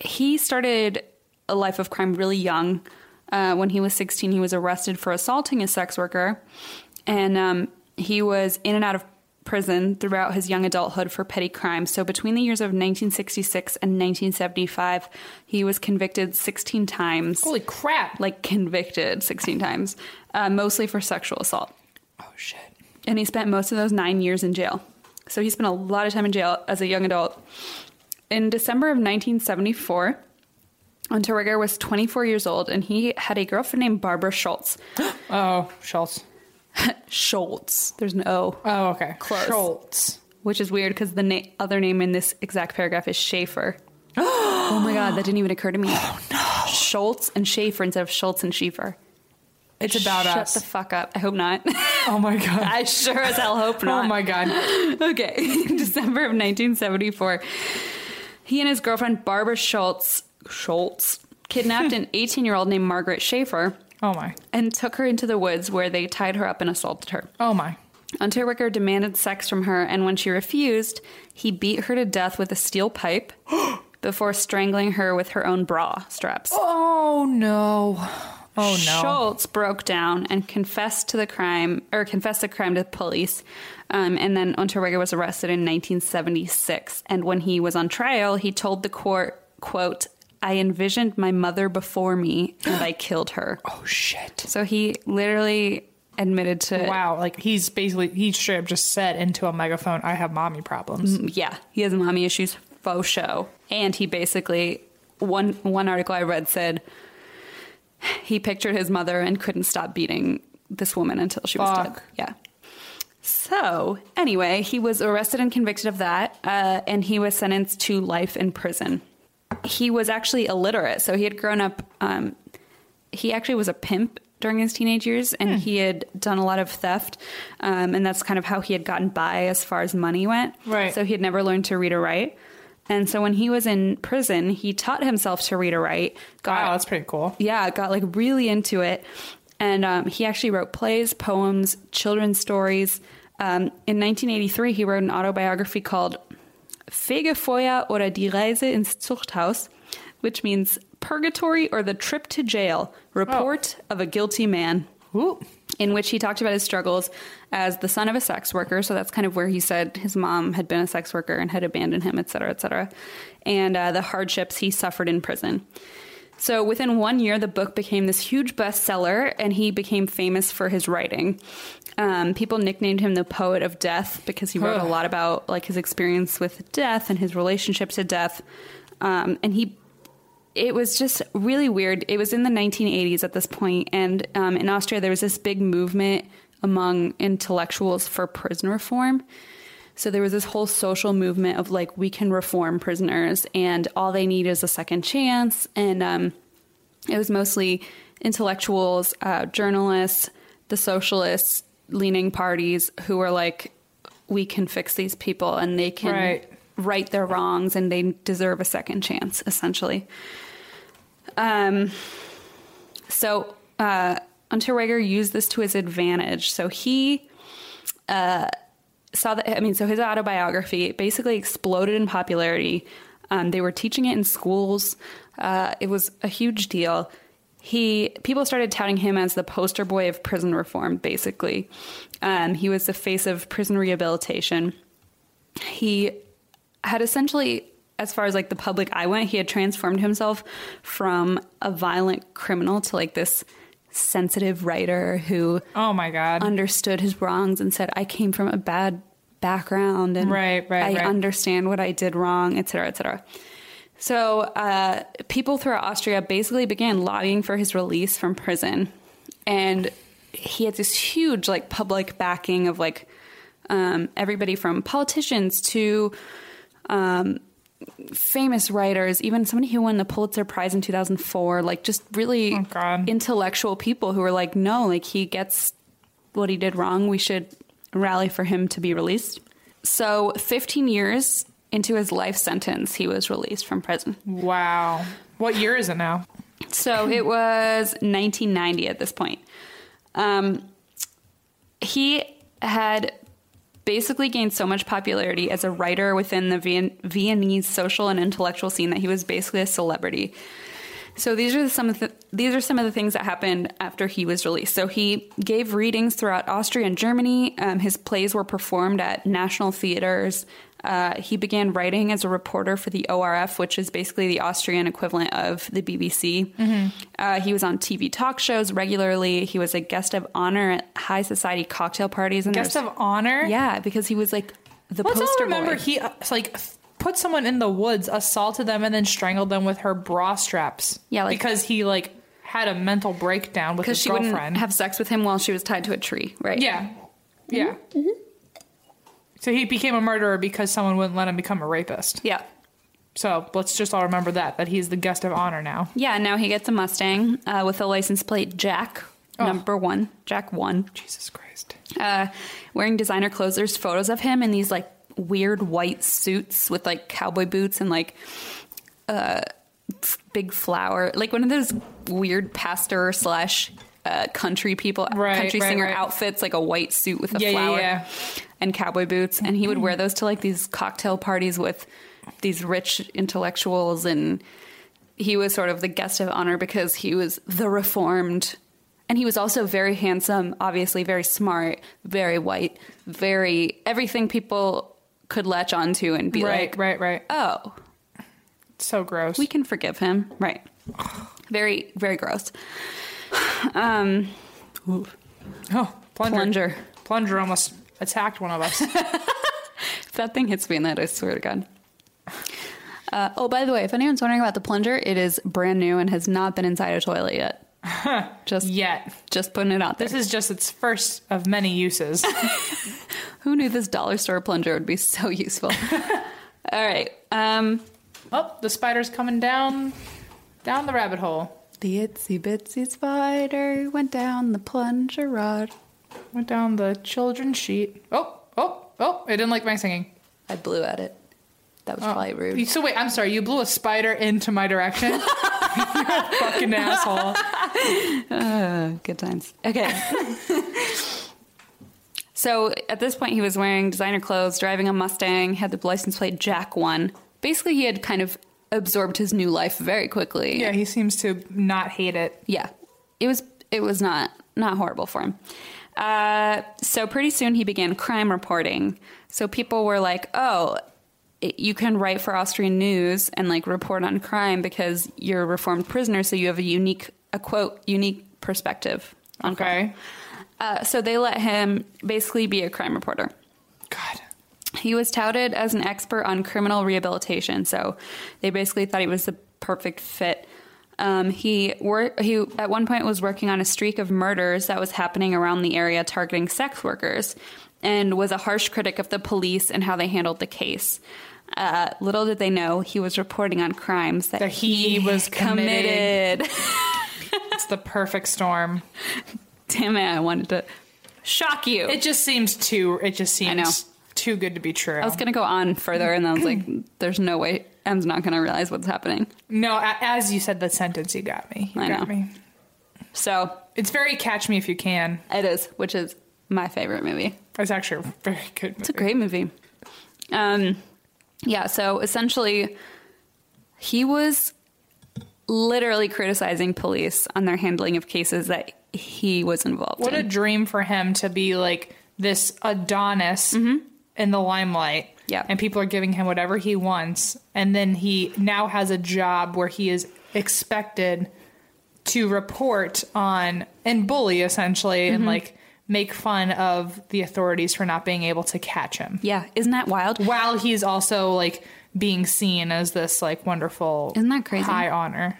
he started a life of crime really young Uh, when he was 16, he was arrested for assaulting a sex worker, and um, he was in and out of prison throughout his young adulthood for petty crimes. So between the years of 1966 and 1975, he was convicted 16 times. Holy crap! Like convicted 16 times, uh, mostly for sexual assault. Oh shit. And he spent most of those nine years in jail. So he spent a lot of time in jail as a young adult. In December of 1974, Unterweger was 24 years old and he had a girlfriend named Barbara Schultz. Oh, Schultz. Schultz. There's an O. Oh, okay. Close. Schultz. which is weird because the na- other name in this exact paragraph is Schaefer. oh my god, that didn't even occur to me. Oh no, Schultz and Schaefer instead of Schultz and Schaefer. It's about Shut us. the fuck up. I hope not. oh my god. I sure as hell hope not. Oh my god. Okay, in December of 1974, he and his girlfriend Barbara Schultz Schultz kidnapped an 18-year-old named Margaret Schaefer Oh my. and took her into the woods where they tied her up and assaulted her. Oh my. Unterweger demanded sex from her, and when she refused, he beat her to death with a steel pipe before strangling her with her own bra straps. Oh no. Oh no. Schultz broke down and confessed to the crime, or confessed the crime to the police, um, and then Unterweger was arrested in 1976. And when he was on trial, he told the court, "quote I envisioned my mother before me, and I killed her." Oh shit. So he literally admitted to Wow. Like he's basically he straight up just said into a megaphone, I have mommy problems. yeah, he has mommy issues faux show. And he basically one one article I read said he pictured his mother and couldn't stop beating this woman until she was dead. Fuck. Yeah. So anyway, he was arrested and convicted of that, uh, and he was sentenced to life in prison. He was actually illiterate, so he had grown up. Um, he actually was a pimp during his teenage years, Hmm. and he had done a lot of theft, um, and that's kind of how he had gotten by as far as money went. Right. So he had never learned to read or write, and so when he was in prison, he taught himself to read or write. Got Wow, that's pretty cool. yeah, got like really into it. And um, he actually wrote plays, poems, children's stories. Um, in 1983, he wrote an autobiography called Fegefeuer oder die Reise ins Zuchthaus, which means Purgatory or the Trip to Jail, Report of a Guilty Man Ooh. in which he talked about his struggles as the son of a sex worker. So that's kind of where he said his mom had been a sex worker and had abandoned him, et cetera, et cetera, and uh, the hardships he suffered in prison. So within one year, the book became this huge bestseller, and he became famous for his writing. Um, people nicknamed him the poet of death because he wrote a Ugh. lot about like his experience with death and his relationship to death. Um, and he it was just really weird. It was in the 1980s at this point, and um, in Austria there was this big movement among intellectuals for prison reform. So there was this whole social movement of like we can reform prisoners, and all they need is a second chance. And um, it was mostly intellectuals, uh, journalists, the socialists, leaning parties who were like, we can fix these people, and they can Right. right their wrongs, and they deserve a second chance, essentially. Um, so uh, Unterweger used this to his advantage. So he uh, saw that. I mean, so his autobiography basically exploded in popularity. Um, they were teaching it in schools. Uh, it was a huge deal. He people started touting him as the poster boy of prison reform. Basically, um, he was the face of prison rehabilitation he had essentially as far as like the public eye went he had transformed himself from a violent criminal to like this sensitive writer who Oh my god. understood his wrongs and said i came from a bad background and Right, right, i right. understand what i did wrong etc cetera, etc cetera. so uh, people throughout austria basically began lobbying for his release from prison and he had this huge like public backing of like um, everybody from politicians to um, famous writers, even somebody who won the Pulitzer Prize in 2004, like just really Oh, God. intellectual people who were like, no, like he gets what he did wrong. We should rally for him to be released. So, 15 years into his life sentence, he was released from prison. wow. What year is it now? So it was 1990 at this point. Um, he had basically gained so much popularity as a writer within the Vien- Viennese social and intellectual scene that he was basically a celebrity. So these are some of the, these are some of the things that happened after he was released. So he gave readings throughout Austria and Germany. Um, his plays were performed at national theaters. Uh, he began writing as a reporter for the ORF, which is basically the Austrian equivalent of the BBC. Mm-hmm. Uh, he was on TV talk shows regularly. He was a guest of honor at high society cocktail parties. And Guest there's- of honor. yeah, because he was like the Let's all poster remember boy. he uh, like f- put someone in the woods, assaulted them, and then strangled them with her bra straps. Yeah, like- because he like had a mental breakdown with because his she girlfriend. wouldn't have Mm-hmm. sex with him while she was tied to a tree, right? yeah, yeah. So he became a murderer because someone wouldn't let him become a rapist. yeah, So let's just all remember that that he's the guest of honor now. yeah. Now he gets a Mustang uh, with a license plate Jack Oh. number one, Jack one, Jesus Christ. uh, wearing designer clothes. There's photos of him in these like weird white suits with like cowboy boots and like uh, f- big flower, like one of those weird pastor slash. Uh, country people, Right, country right, singer right. outfits, like a white suit with a Yeah, yeah, flower yeah. and cowboy boots. And he would wear those to like these cocktail parties with these rich intellectuals. And he was sort of the guest of honor because he was the reformed. And he was also very handsome, obviously very smart, very white, very everything people could latch onto and be Right, like, right, right. oh, So gross. we can forgive him. Right. Very, very gross. Um, oh, plunger. plunger. Plunger almost attacked one of us. If that thing hits me in that, I swear to God. Uh, oh, by the way, if anyone's wondering about the plunger, it is brand new and has not been inside a toilet yet. just Yet. just putting it out there. This is just its first of many uses. Who knew this dollar store plunger would be so useful? All right, um, oh, the spider's coming down down the rabbit hole. the itsy bitsy spider went down the plunger rod. Went down the children's sheet. Oh, oh, oh, I didn't like my singing. I blew at it. That was probably rude. So wait, I'm sorry, Oh, you blew a spider into my direction? You're a fucking asshole. Uh, good times. Okay. so at this point, he was wearing designer clothes, driving a Mustang, had the license plate Jack One. Basically, he had kind of absorbed his new life very quickly. Yeah, he seems to not hate it. Yeah. It was it was not not horrible for him. Uh, so pretty soon he began crime reporting. So people were like, "Oh, it, you can write for Austrian news and like report on crime because you're a reformed prisoner, so you have a unique a quote unique perspective on crime." Okay. Uh, so they let him basically be a crime reporter. God. He was touted as an expert on criminal rehabilitation, so they basically thought he was the perfect fit. Um, he wor- he at one point was working on a streak of murders that was happening around the area targeting sex workers, and was a harsh critic of the police and how they handled the case. Uh, little did they know he was reporting on crimes that, That he was committed. committed. It's the perfect storm. Damn it! I wanted to shock you. It just seems too it just seems know. too good to be true. I was gonna go on further, and then I was like, "There's no way M's not gonna realize what's happening." no, a- as you said that sentence, you got me. You I got know. me. So It's very catch me if you can. it is, which is my favorite movie. It's actually a very good movie. It's a great movie. Um, yeah. So essentially, he was literally criticizing police on their handling of cases that he was involved What a in. dream for him to be like this Adonis Mm-hmm. in the limelight. Yeah. And people are giving him whatever he wants. And then he now has a job where he is expected to report on and bully essentially Mm-hmm. and like make fun of the authorities for not being able to catch him. yeah, isn't that wild? While he's also like being seen as this like wonderful Isn't that crazy? high honor.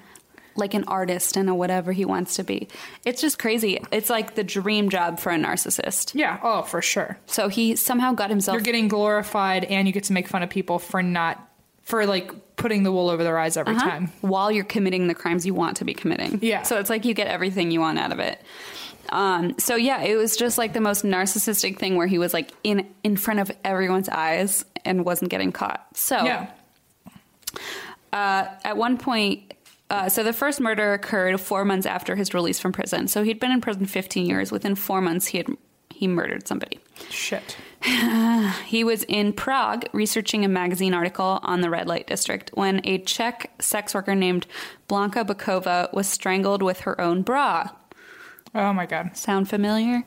Like an artist and a whatever he wants to be. It's just crazy. It's like the dream job for a narcissist. Yeah, oh for sure. So he somehow got himself You're getting glorified and you get to make fun of people for not for like putting the wool over their eyes every Uh-huh. time. while you're committing the crimes you want to be committing. Yeah. So it's like you get everything you want out of it. Um, so yeah, it was just like the most narcissistic thing where he was like in in front of everyone's eyes and wasn't getting caught. So Yeah. uh, at one point, uh, so the first murder occurred four months after his release from prison. So he'd been in prison 15 years. Within four months, he had he He murdered somebody. Shit. He was in Prague researching a magazine article on the red light district when a Czech sex worker named Blanka Bakova was strangled with her own bra. Oh my god. Sound familiar?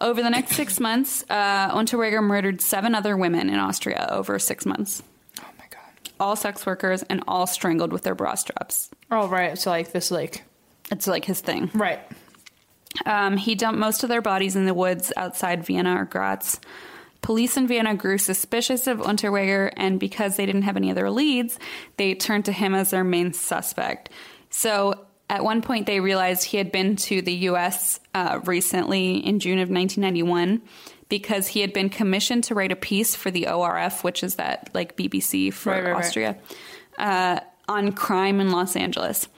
Over the next six months, uh, Unterweger murdered seven other women in Austria over six months. Oh my god. All sex workers and all strangled with their bra straps. All right. So like this like It's like his thing. right. Um, he dumped most of their bodies in the woods outside Vienna or Graz. Police in Vienna grew suspicious of Unterweger, and because they didn't have any other leads, they turned to him as their main suspect. So at one point, they realized he had been to the U.S. Uh, recently in June of 1991 because he had been commissioned to write a piece for the ORF, which is that like BBC for Right, right, right. Austria, uh, on crime in Los Angeles.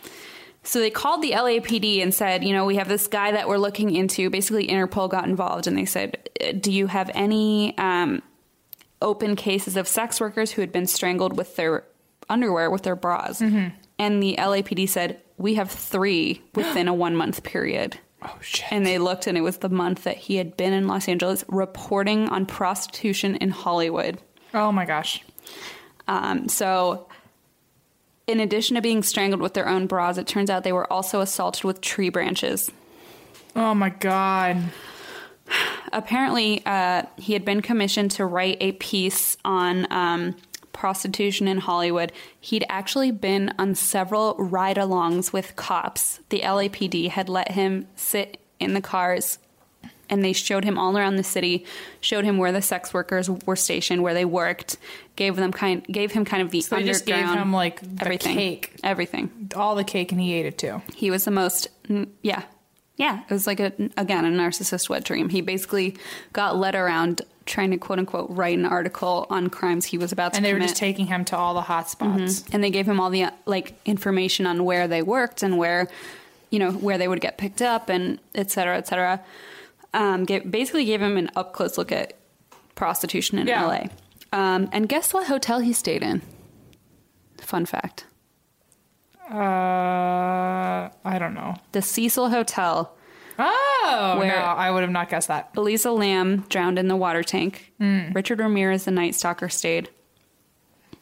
So they called the LAPD and said, you know, we have this guy that we're looking into. Basically, Interpol got involved and they said, uh, do you have any um, open cases of sex workers who had been strangled with their underwear, with their bras? Mm-hmm. And the LAPD said, we have three within a one month period. Oh shit. And they looked, and it was the month that he had been in Los Angeles reporting on prostitution in Hollywood. oh my gosh. Um, so, in addition to being strangled with their own bras, it turns out they were also assaulted with tree branches. Oh my god. Apparently, uh, he had been commissioned to write a piece on um, prostitution in Hollywood. He'd actually been on several ride alongs with cops. The LAPD had let him sit in the cars. And they showed him all around the city, showed him where the sex workers were stationed, where they worked, gave them kind, gave him kind of the So they just gave underground- him like the everything, cake, everything all the cake, and he ate it too. he was the most mm, yeah yeah it was like a again a narcissist wet dream he basically got led around trying to quote unquote write an article on crimes he was about to And they were commit just taking him to all the hot spots. and they gave him all the uh, like information on where they worked and where you know where they would get picked up and et cetera et cetera um, gave, basically gave him an up close look at prostitution in Yeah. la um, and guess what hotel he stayed in fun fact Uh, I don't know. the cecil hotel Oh, Where- no, I would have not guessed that. Eliza Lamb drowned in the water tank. Richard Ramirez, the Night Stalker, stayed.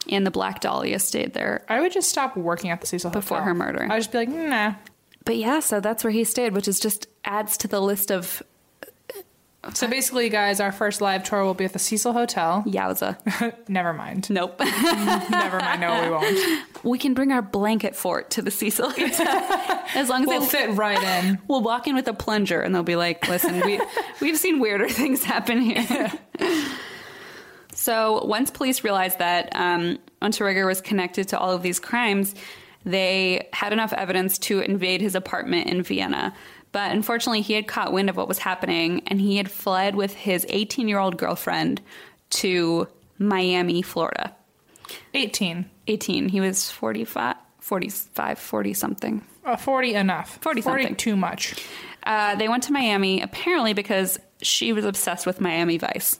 And the Black Dahlia stayed there. I would just stop working at the Cecil Before Hotel. her murder. I'd just be like, nah. But yeah, so that's where he stayed, which is just adds to the list of So basically, guys, our first live tour will be at the Cecil Hotel. yowza. Never mind. Nope. Never mind. No, we won't. we can bring our blanket fort to the Cecil Hotel. as long as We'll they fit right in. We'll walk in with a plunger and they'll be like, listen, we, we've seen weirder things happen here. so once police realized that um, Unterweger was connected to all of these crimes, they had enough evidence to invade his apartment in Vienna. But unfortunately, he had caught wind of what was happening and he had fled with his 18 year old girlfriend to Miami, Florida. 18. 18. He was 45, 45 40 something. Uh, 40 enough. 40 something. too much. Uh, they went to Miami apparently because she was obsessed with Miami Vice.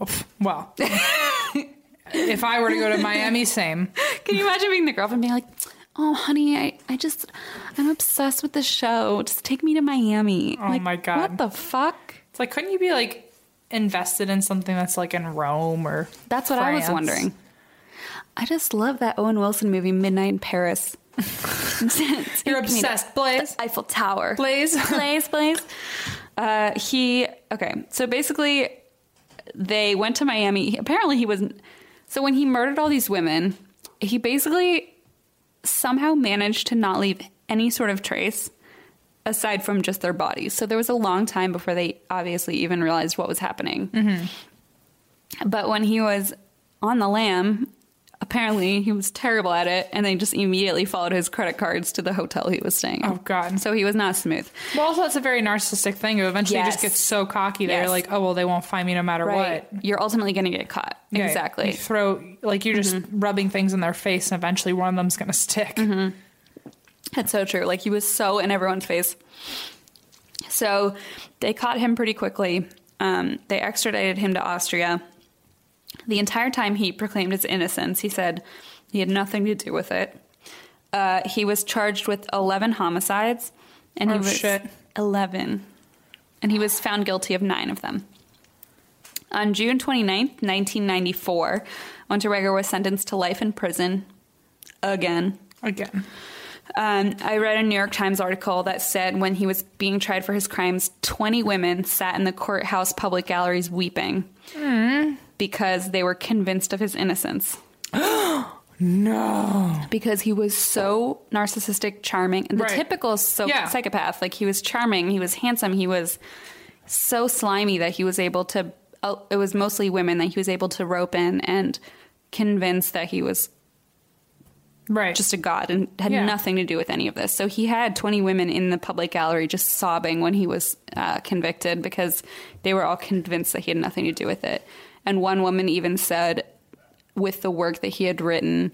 Oof. Well, if I were to go to Miami, same. Can you imagine being the girlfriend being like, "Oh, honey, I, I just I'm obsessed with the show. Just take me to Miami." Oh Like, my God. what the fuck? It's like, couldn't you be like invested in something that's like in Rome or That's what I was France? wondering. I just love that Owen Wilson movie Midnight in Paris. You're Take me to obsessed, Blaze. the Eiffel Tower. Blaze. Blaze, Blaze. Uh, he okay. So basically, they went to Miami. Apparently, he was so when he murdered all these women, he basically somehow managed to not leave any sort of trace aside from just their bodies. So there was a long time before they obviously even realized what was happening. Mm-hmm. But when he was on the lam, apparently he was terrible at it, and they just immediately followed his credit cards to the hotel he was staying. in. Oh, God. So he was not smooth. Well, also, it's a very narcissistic thing. You eventually Yes. just get so cocky that Yes. you're like, oh, well, they won't find me no matter what. You're ultimately going to get caught. Yeah, Exactly. Mm-hmm. You throw like you're just rubbing things in their face, and eventually one of them's gonna stick. That's so true. Like he was so in everyone's face. So they caught him pretty quickly. Um, they extradited him to Austria. The entire time he proclaimed his innocence, he said he had nothing to do with it. Uh, he was charged with 11 homicides, and he Oh, was shit. 11. and he was found guilty of nine of them. On June 29th, 1994, Unterweger was sentenced to life in prison again. Again. Um, I read a New York Times article that said when he was being tried for his crimes, 20 women sat in the courthouse public galleries weeping because they were convinced of his innocence. No. Because he was so narcissistic, charming, and the Right. typical so- Yeah. psychopath. Like he was charming, he was handsome, he was so slimy that he was able to. Uh, it was mostly women that he was able to rope in and convince that he was Right. just a god and had Yeah. nothing to do with any of this. So he had 20 women in the public gallery just sobbing when he was uh, convicted because they were all convinced that he had nothing to do with it. And one woman even said, with the work that he had written,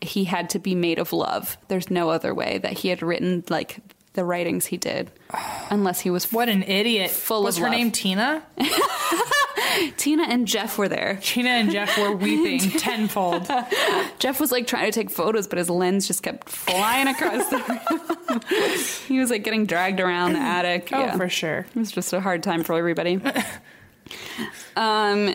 he had to be made of love. There's no other way that he had written like the writings he did, unless he was. what an idiot. Full Was of her love. name Tina? Tina and Jeff were there. Tina and Jeff were weeping tenfold. Jeff was like trying to take photos, but his lens just kept flying across the room. he was like getting dragged around the attic. Oh, Yeah. for sure. It was just a hard time for everybody. um,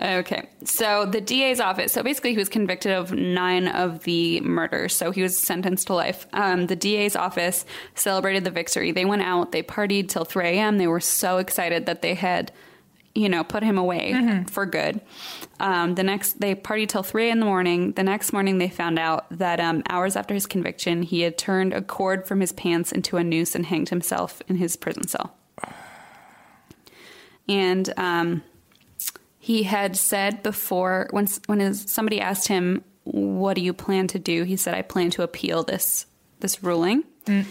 okay. So the DA's office. So basically, he was convicted of nine of the murders. So he was sentenced to life. Um, the DA's office celebrated the victory. They went out, they partied till 3 a.m. They were so excited that they had. You know, put him away for good. Um, the next, they partied till three in the morning. The next morning, they found out that um, hours after his conviction, he had turned a cord from his pants into a noose and hanged himself in his prison cell and um, he had said before when when his, somebody asked him what do you plan to do he said i plan to appeal this this ruling Mm.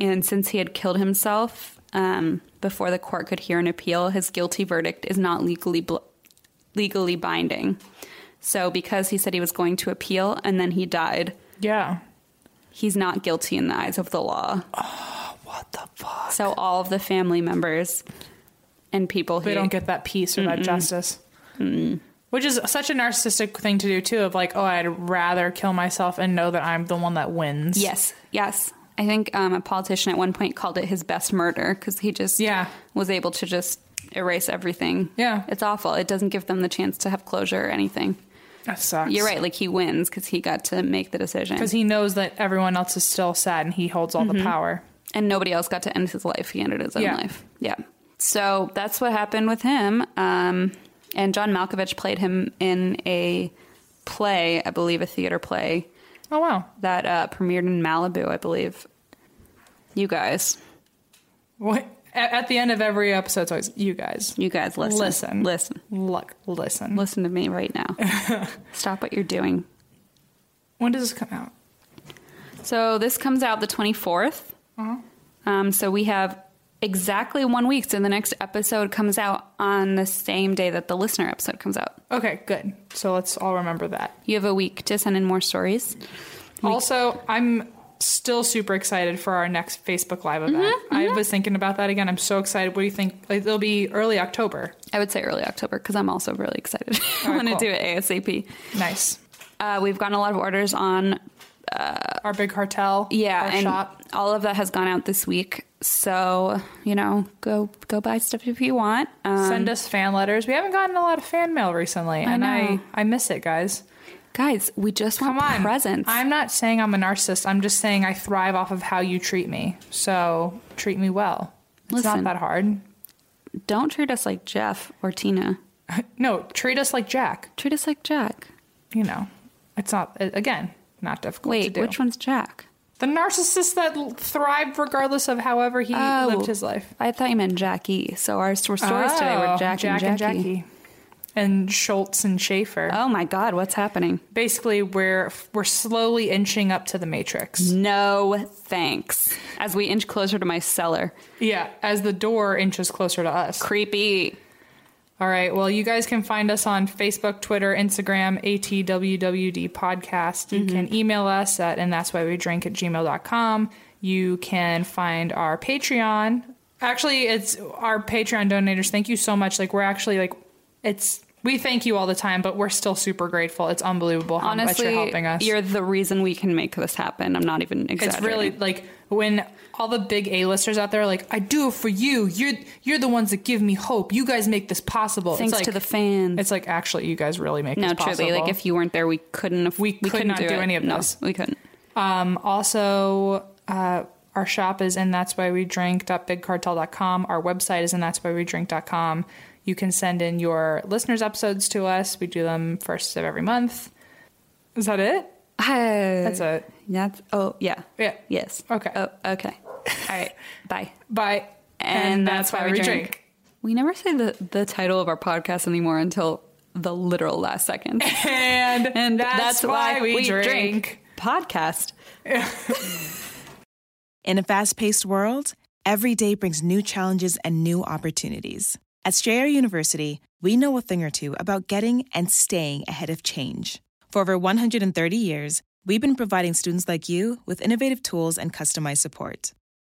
and since he had killed himself um, before the court could hear an appeal his guilty verdict is not legally bl- legally binding so because he said he was going to appeal and then he died Yeah. he's not guilty in the eyes of the law What the fuck? so all of the family members and people They who don't get that peace or that justice. Which is such a narcissistic thing to do, too, of like, oh, I'd rather kill myself and know that I'm the one that wins. Yes, yes. I think um, a politician at one point called it his best murder because he just Yeah. was able to just erase everything. Yeah. it's awful. It doesn't give them the chance to have closure or anything. That sucks. You're right. Like he wins because he got to make the decision, Because he knows that everyone else is still sad and he holds all the power. and nobody else got to end his life. He ended his own Yeah. life. Yeah. So that's what happened with him. Um, and John Malkovich played him in a play, I believe, a theater play Oh, wow. that uh, premiered in Malibu, I believe. You guys, What? a- At the end of every episode, it's always, you guys. you guys, listen, Listen. listen. Look, listen. Listen to me right now. Stop what you're doing. When does this come out? So this comes out the 24th. Uh-huh. Um, so we have exactly one week. So the next episode comes out on the same day that the listener episode comes out. Okay, good. So let's all remember that. You have a week to send in more stories. Also, I'm still super excited for our next Facebook Live event. Mm-hmm, I was thinking about that again. I'm so excited. What do you think? Like, it'll be early October. I would say early October because I'm also really excited. I right, want to cool. do it ASAP. Nice. Uh, we've gotten a lot of orders on Our big cartel. Uh, yeah, Our and shop. all of that has gone out this week. So you know, go go buy stuff if you want. Um, Send us fan letters. We haven't gotten a lot of fan mail recently, and I know. I miss it, guys. guys, we just want Come on, presents. I'm not saying I'm a narcissist. I'm just saying I thrive off of how you treat me. So treat me well. It's Listen. not that hard. Don't treat us like Jeff or Tina. No, treat us like Jack. Treat us like Jack. You know, it's not a- again not difficult. to Wait, do. which one's Jack? The narcissist that l- thrived regardless of however he lived his life. I thought you meant Jackie. So our st- Oh. stories today were Oh, Jack, and Jackie. And Schultz and Schaefer. Oh my God, what's happening? Basically, we're we're slowly inching up to the Mm. Matrix. No thanks. As we inch closer to my cellar. Yeah, as the door inches closer to us. Creepy. All right. Well, you guys can find us on Facebook, Twitter, Instagram, ATWWD Podcast. You Mm-hmm. can email us at and that's why we drink at gmail.com. You can find our Patreon. Actually, it's our Patreon donators. Thank you so much. Like, we're actually like, it's We thank you all the time, but we're still super grateful. It's unbelievable how Honestly, much you're helping us. you're the reason we can make this happen. I'm not even it's exaggerating. really like when all the big A-listers out there are like, I do it for you. You're you're the ones that give me hope. You guys make this possible. thanks it's like, to the fans. It's like actually you guys really make no, this possible. truly, like if you weren't there, we couldn't. Have, We could couldn't not do it. any of no, this. We couldn't. Um, also, uh, our shop is in that's why we drink.bigcartel.com. Our website is in that's why we drink.com. You can send in your listeners' episodes to us. We do them first of every month. Is that it? That's it. That's oh yeah Yeah. yes Okay. oh okay all right bye. Bye. And that's why we drink. We never say the the title of our podcast anymore until the literal last second. And, and that's, why, we, drink. podcast. In a fast paced world, every day brings new challenges and new opportunities. At Strayer University, we know a thing or two about getting and staying ahead of change. For over 130 years, we've been providing students like you with innovative tools and customized support.